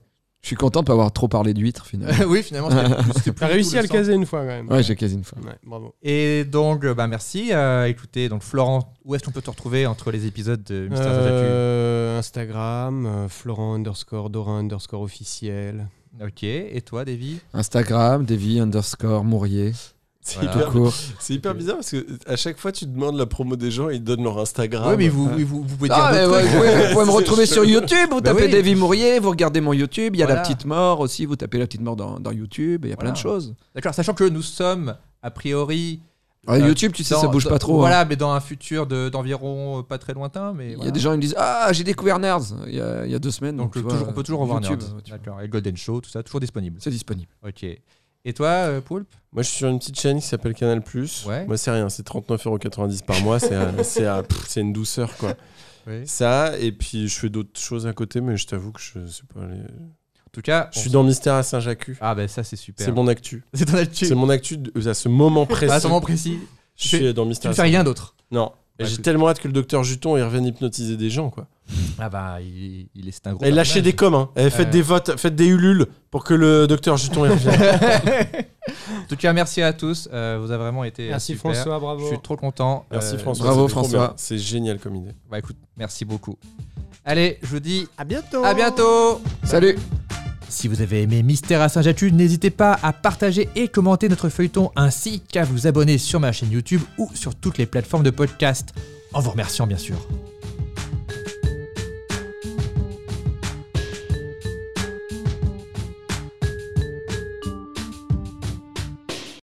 [SPEAKER 4] Je suis content de pas avoir trop parlé d'huîtres finalement.
[SPEAKER 1] oui, finalement, c'était plus- c'était plus
[SPEAKER 2] T'as
[SPEAKER 1] du tout
[SPEAKER 2] réussi à le
[SPEAKER 1] sens.
[SPEAKER 2] caser une fois quand même.
[SPEAKER 4] Ouais, j'ai quasi une fois.
[SPEAKER 2] Ouais, bravo.
[SPEAKER 1] Et donc, euh, bah, merci. euh, écoutez, donc Florent, où est-ce qu'on peut te retrouver entre les épisodes de Mister
[SPEAKER 2] Euh, Instagram, euh, Florent underscore, Dorin underscore officiel.
[SPEAKER 1] Zazatu Ok. Et toi, Davy
[SPEAKER 4] Instagram, Davy underscore Mourier,
[SPEAKER 3] C'est
[SPEAKER 1] Voilà.
[SPEAKER 4] tout
[SPEAKER 3] hyper,
[SPEAKER 4] court.
[SPEAKER 3] c'est hyper bizarre parce que à chaque fois, tu demandes la promo des gens et ils donnent leur Instagram.
[SPEAKER 1] oui, vous, vous pouvez
[SPEAKER 4] Ah, mais
[SPEAKER 1] d'autres
[SPEAKER 4] ouais, vous
[SPEAKER 1] trucs.
[SPEAKER 4] pouvez, vous pouvez me
[SPEAKER 3] C'est
[SPEAKER 4] retrouver sur YouTube, vous
[SPEAKER 1] Bah
[SPEAKER 4] tapez
[SPEAKER 1] oui.
[SPEAKER 4] Davy Mourier, vous regardez mon YouTube, il y a
[SPEAKER 1] Voilà.
[SPEAKER 4] la petite mort aussi, vous tapez la petite mort dans, dans YouTube, il y a
[SPEAKER 1] Voilà.
[SPEAKER 4] plein de choses.
[SPEAKER 1] D'accord, sachant que nous sommes, a priori.
[SPEAKER 4] Ouais,
[SPEAKER 1] Euh,
[SPEAKER 4] YouTube, tu sais,
[SPEAKER 1] dans-
[SPEAKER 4] ça bouge
[SPEAKER 1] dans-
[SPEAKER 4] pas trop. hein.
[SPEAKER 1] Voilà, mais dans un futur de- d'environ euh, pas très lointain. Mais
[SPEAKER 4] Il y
[SPEAKER 1] voilà.
[SPEAKER 4] a des gens qui me disent Ah, j'ai découvert Nerds il y a, il y a deux semaines.
[SPEAKER 1] Donc,
[SPEAKER 4] Donc, tu
[SPEAKER 1] euh, toujours-
[SPEAKER 4] vois,
[SPEAKER 1] on peut toujours revoir
[SPEAKER 4] YouTube,
[SPEAKER 1] Nerds.
[SPEAKER 4] ouais, tu vois.
[SPEAKER 1] D'accord. Et Golden Show, tout ça, toujours disponible.
[SPEAKER 4] C'est disponible.
[SPEAKER 1] Ok. Et toi, euh, Poulpe
[SPEAKER 3] Moi, je suis sur une petite chaîne qui s'appelle Canal Plus.
[SPEAKER 1] Ouais.
[SPEAKER 3] Moi, c'est rien, c'est 39,90€ par mois. c'est un- c'est un- pff, c'est une douceur, quoi.
[SPEAKER 1] Oui.
[SPEAKER 3] Ça, et puis je fais d'autres choses à côté, mais je t'avoue que je sais pas. les-
[SPEAKER 1] En tout cas,
[SPEAKER 3] Je
[SPEAKER 1] on-
[SPEAKER 3] suis dans Mystère à Saint-Jacques.
[SPEAKER 1] Ah, ben ça, c'est super.
[SPEAKER 3] C'est mon actu.
[SPEAKER 1] C'est ton actu.
[SPEAKER 3] C'est mon actu de- à ce moment précis.
[SPEAKER 1] Ah, c'est vraiment précis.
[SPEAKER 3] Je
[SPEAKER 1] Tu
[SPEAKER 3] suis dans
[SPEAKER 1] Tu
[SPEAKER 3] Mystère
[SPEAKER 1] ne
[SPEAKER 3] à
[SPEAKER 1] fais rien d'autre.
[SPEAKER 3] Non.
[SPEAKER 1] Bah,
[SPEAKER 3] Et J'ai
[SPEAKER 1] écoute.
[SPEAKER 3] tellement hâte que le docteur Juton il revienne hypnotiser des gens quoi.
[SPEAKER 1] Ah, bah, il, il est, c'est un gros.
[SPEAKER 3] Et lâchez des coms, hein. Eh, faites
[SPEAKER 1] Ouais.
[SPEAKER 3] des votes, faites des ulules pour que le docteur Juton il revienne.
[SPEAKER 1] En tout cas, merci à tous. euh, vous avez vraiment été. euh,
[SPEAKER 2] Merci
[SPEAKER 1] super.
[SPEAKER 2] François,
[SPEAKER 1] Je
[SPEAKER 2] bravo.
[SPEAKER 1] suis trop content.
[SPEAKER 3] Merci
[SPEAKER 1] Euh,
[SPEAKER 3] François.
[SPEAKER 4] bravo,
[SPEAKER 3] c'était trop
[SPEAKER 4] François.
[SPEAKER 3] bien. C'est génial comme idée.
[SPEAKER 1] Bah écoute, merci beaucoup. Allez, je vous dis
[SPEAKER 2] À bientôt.
[SPEAKER 1] à bientôt.
[SPEAKER 4] Salut
[SPEAKER 1] Si vous avez aimé Mystère à Saint-Jatu, n'hésitez pas à partager et commenter notre feuilleton ainsi qu'à vous abonner sur ma chaîne YouTube ou sur toutes les plateformes de podcast. En vous remerciant bien sûr.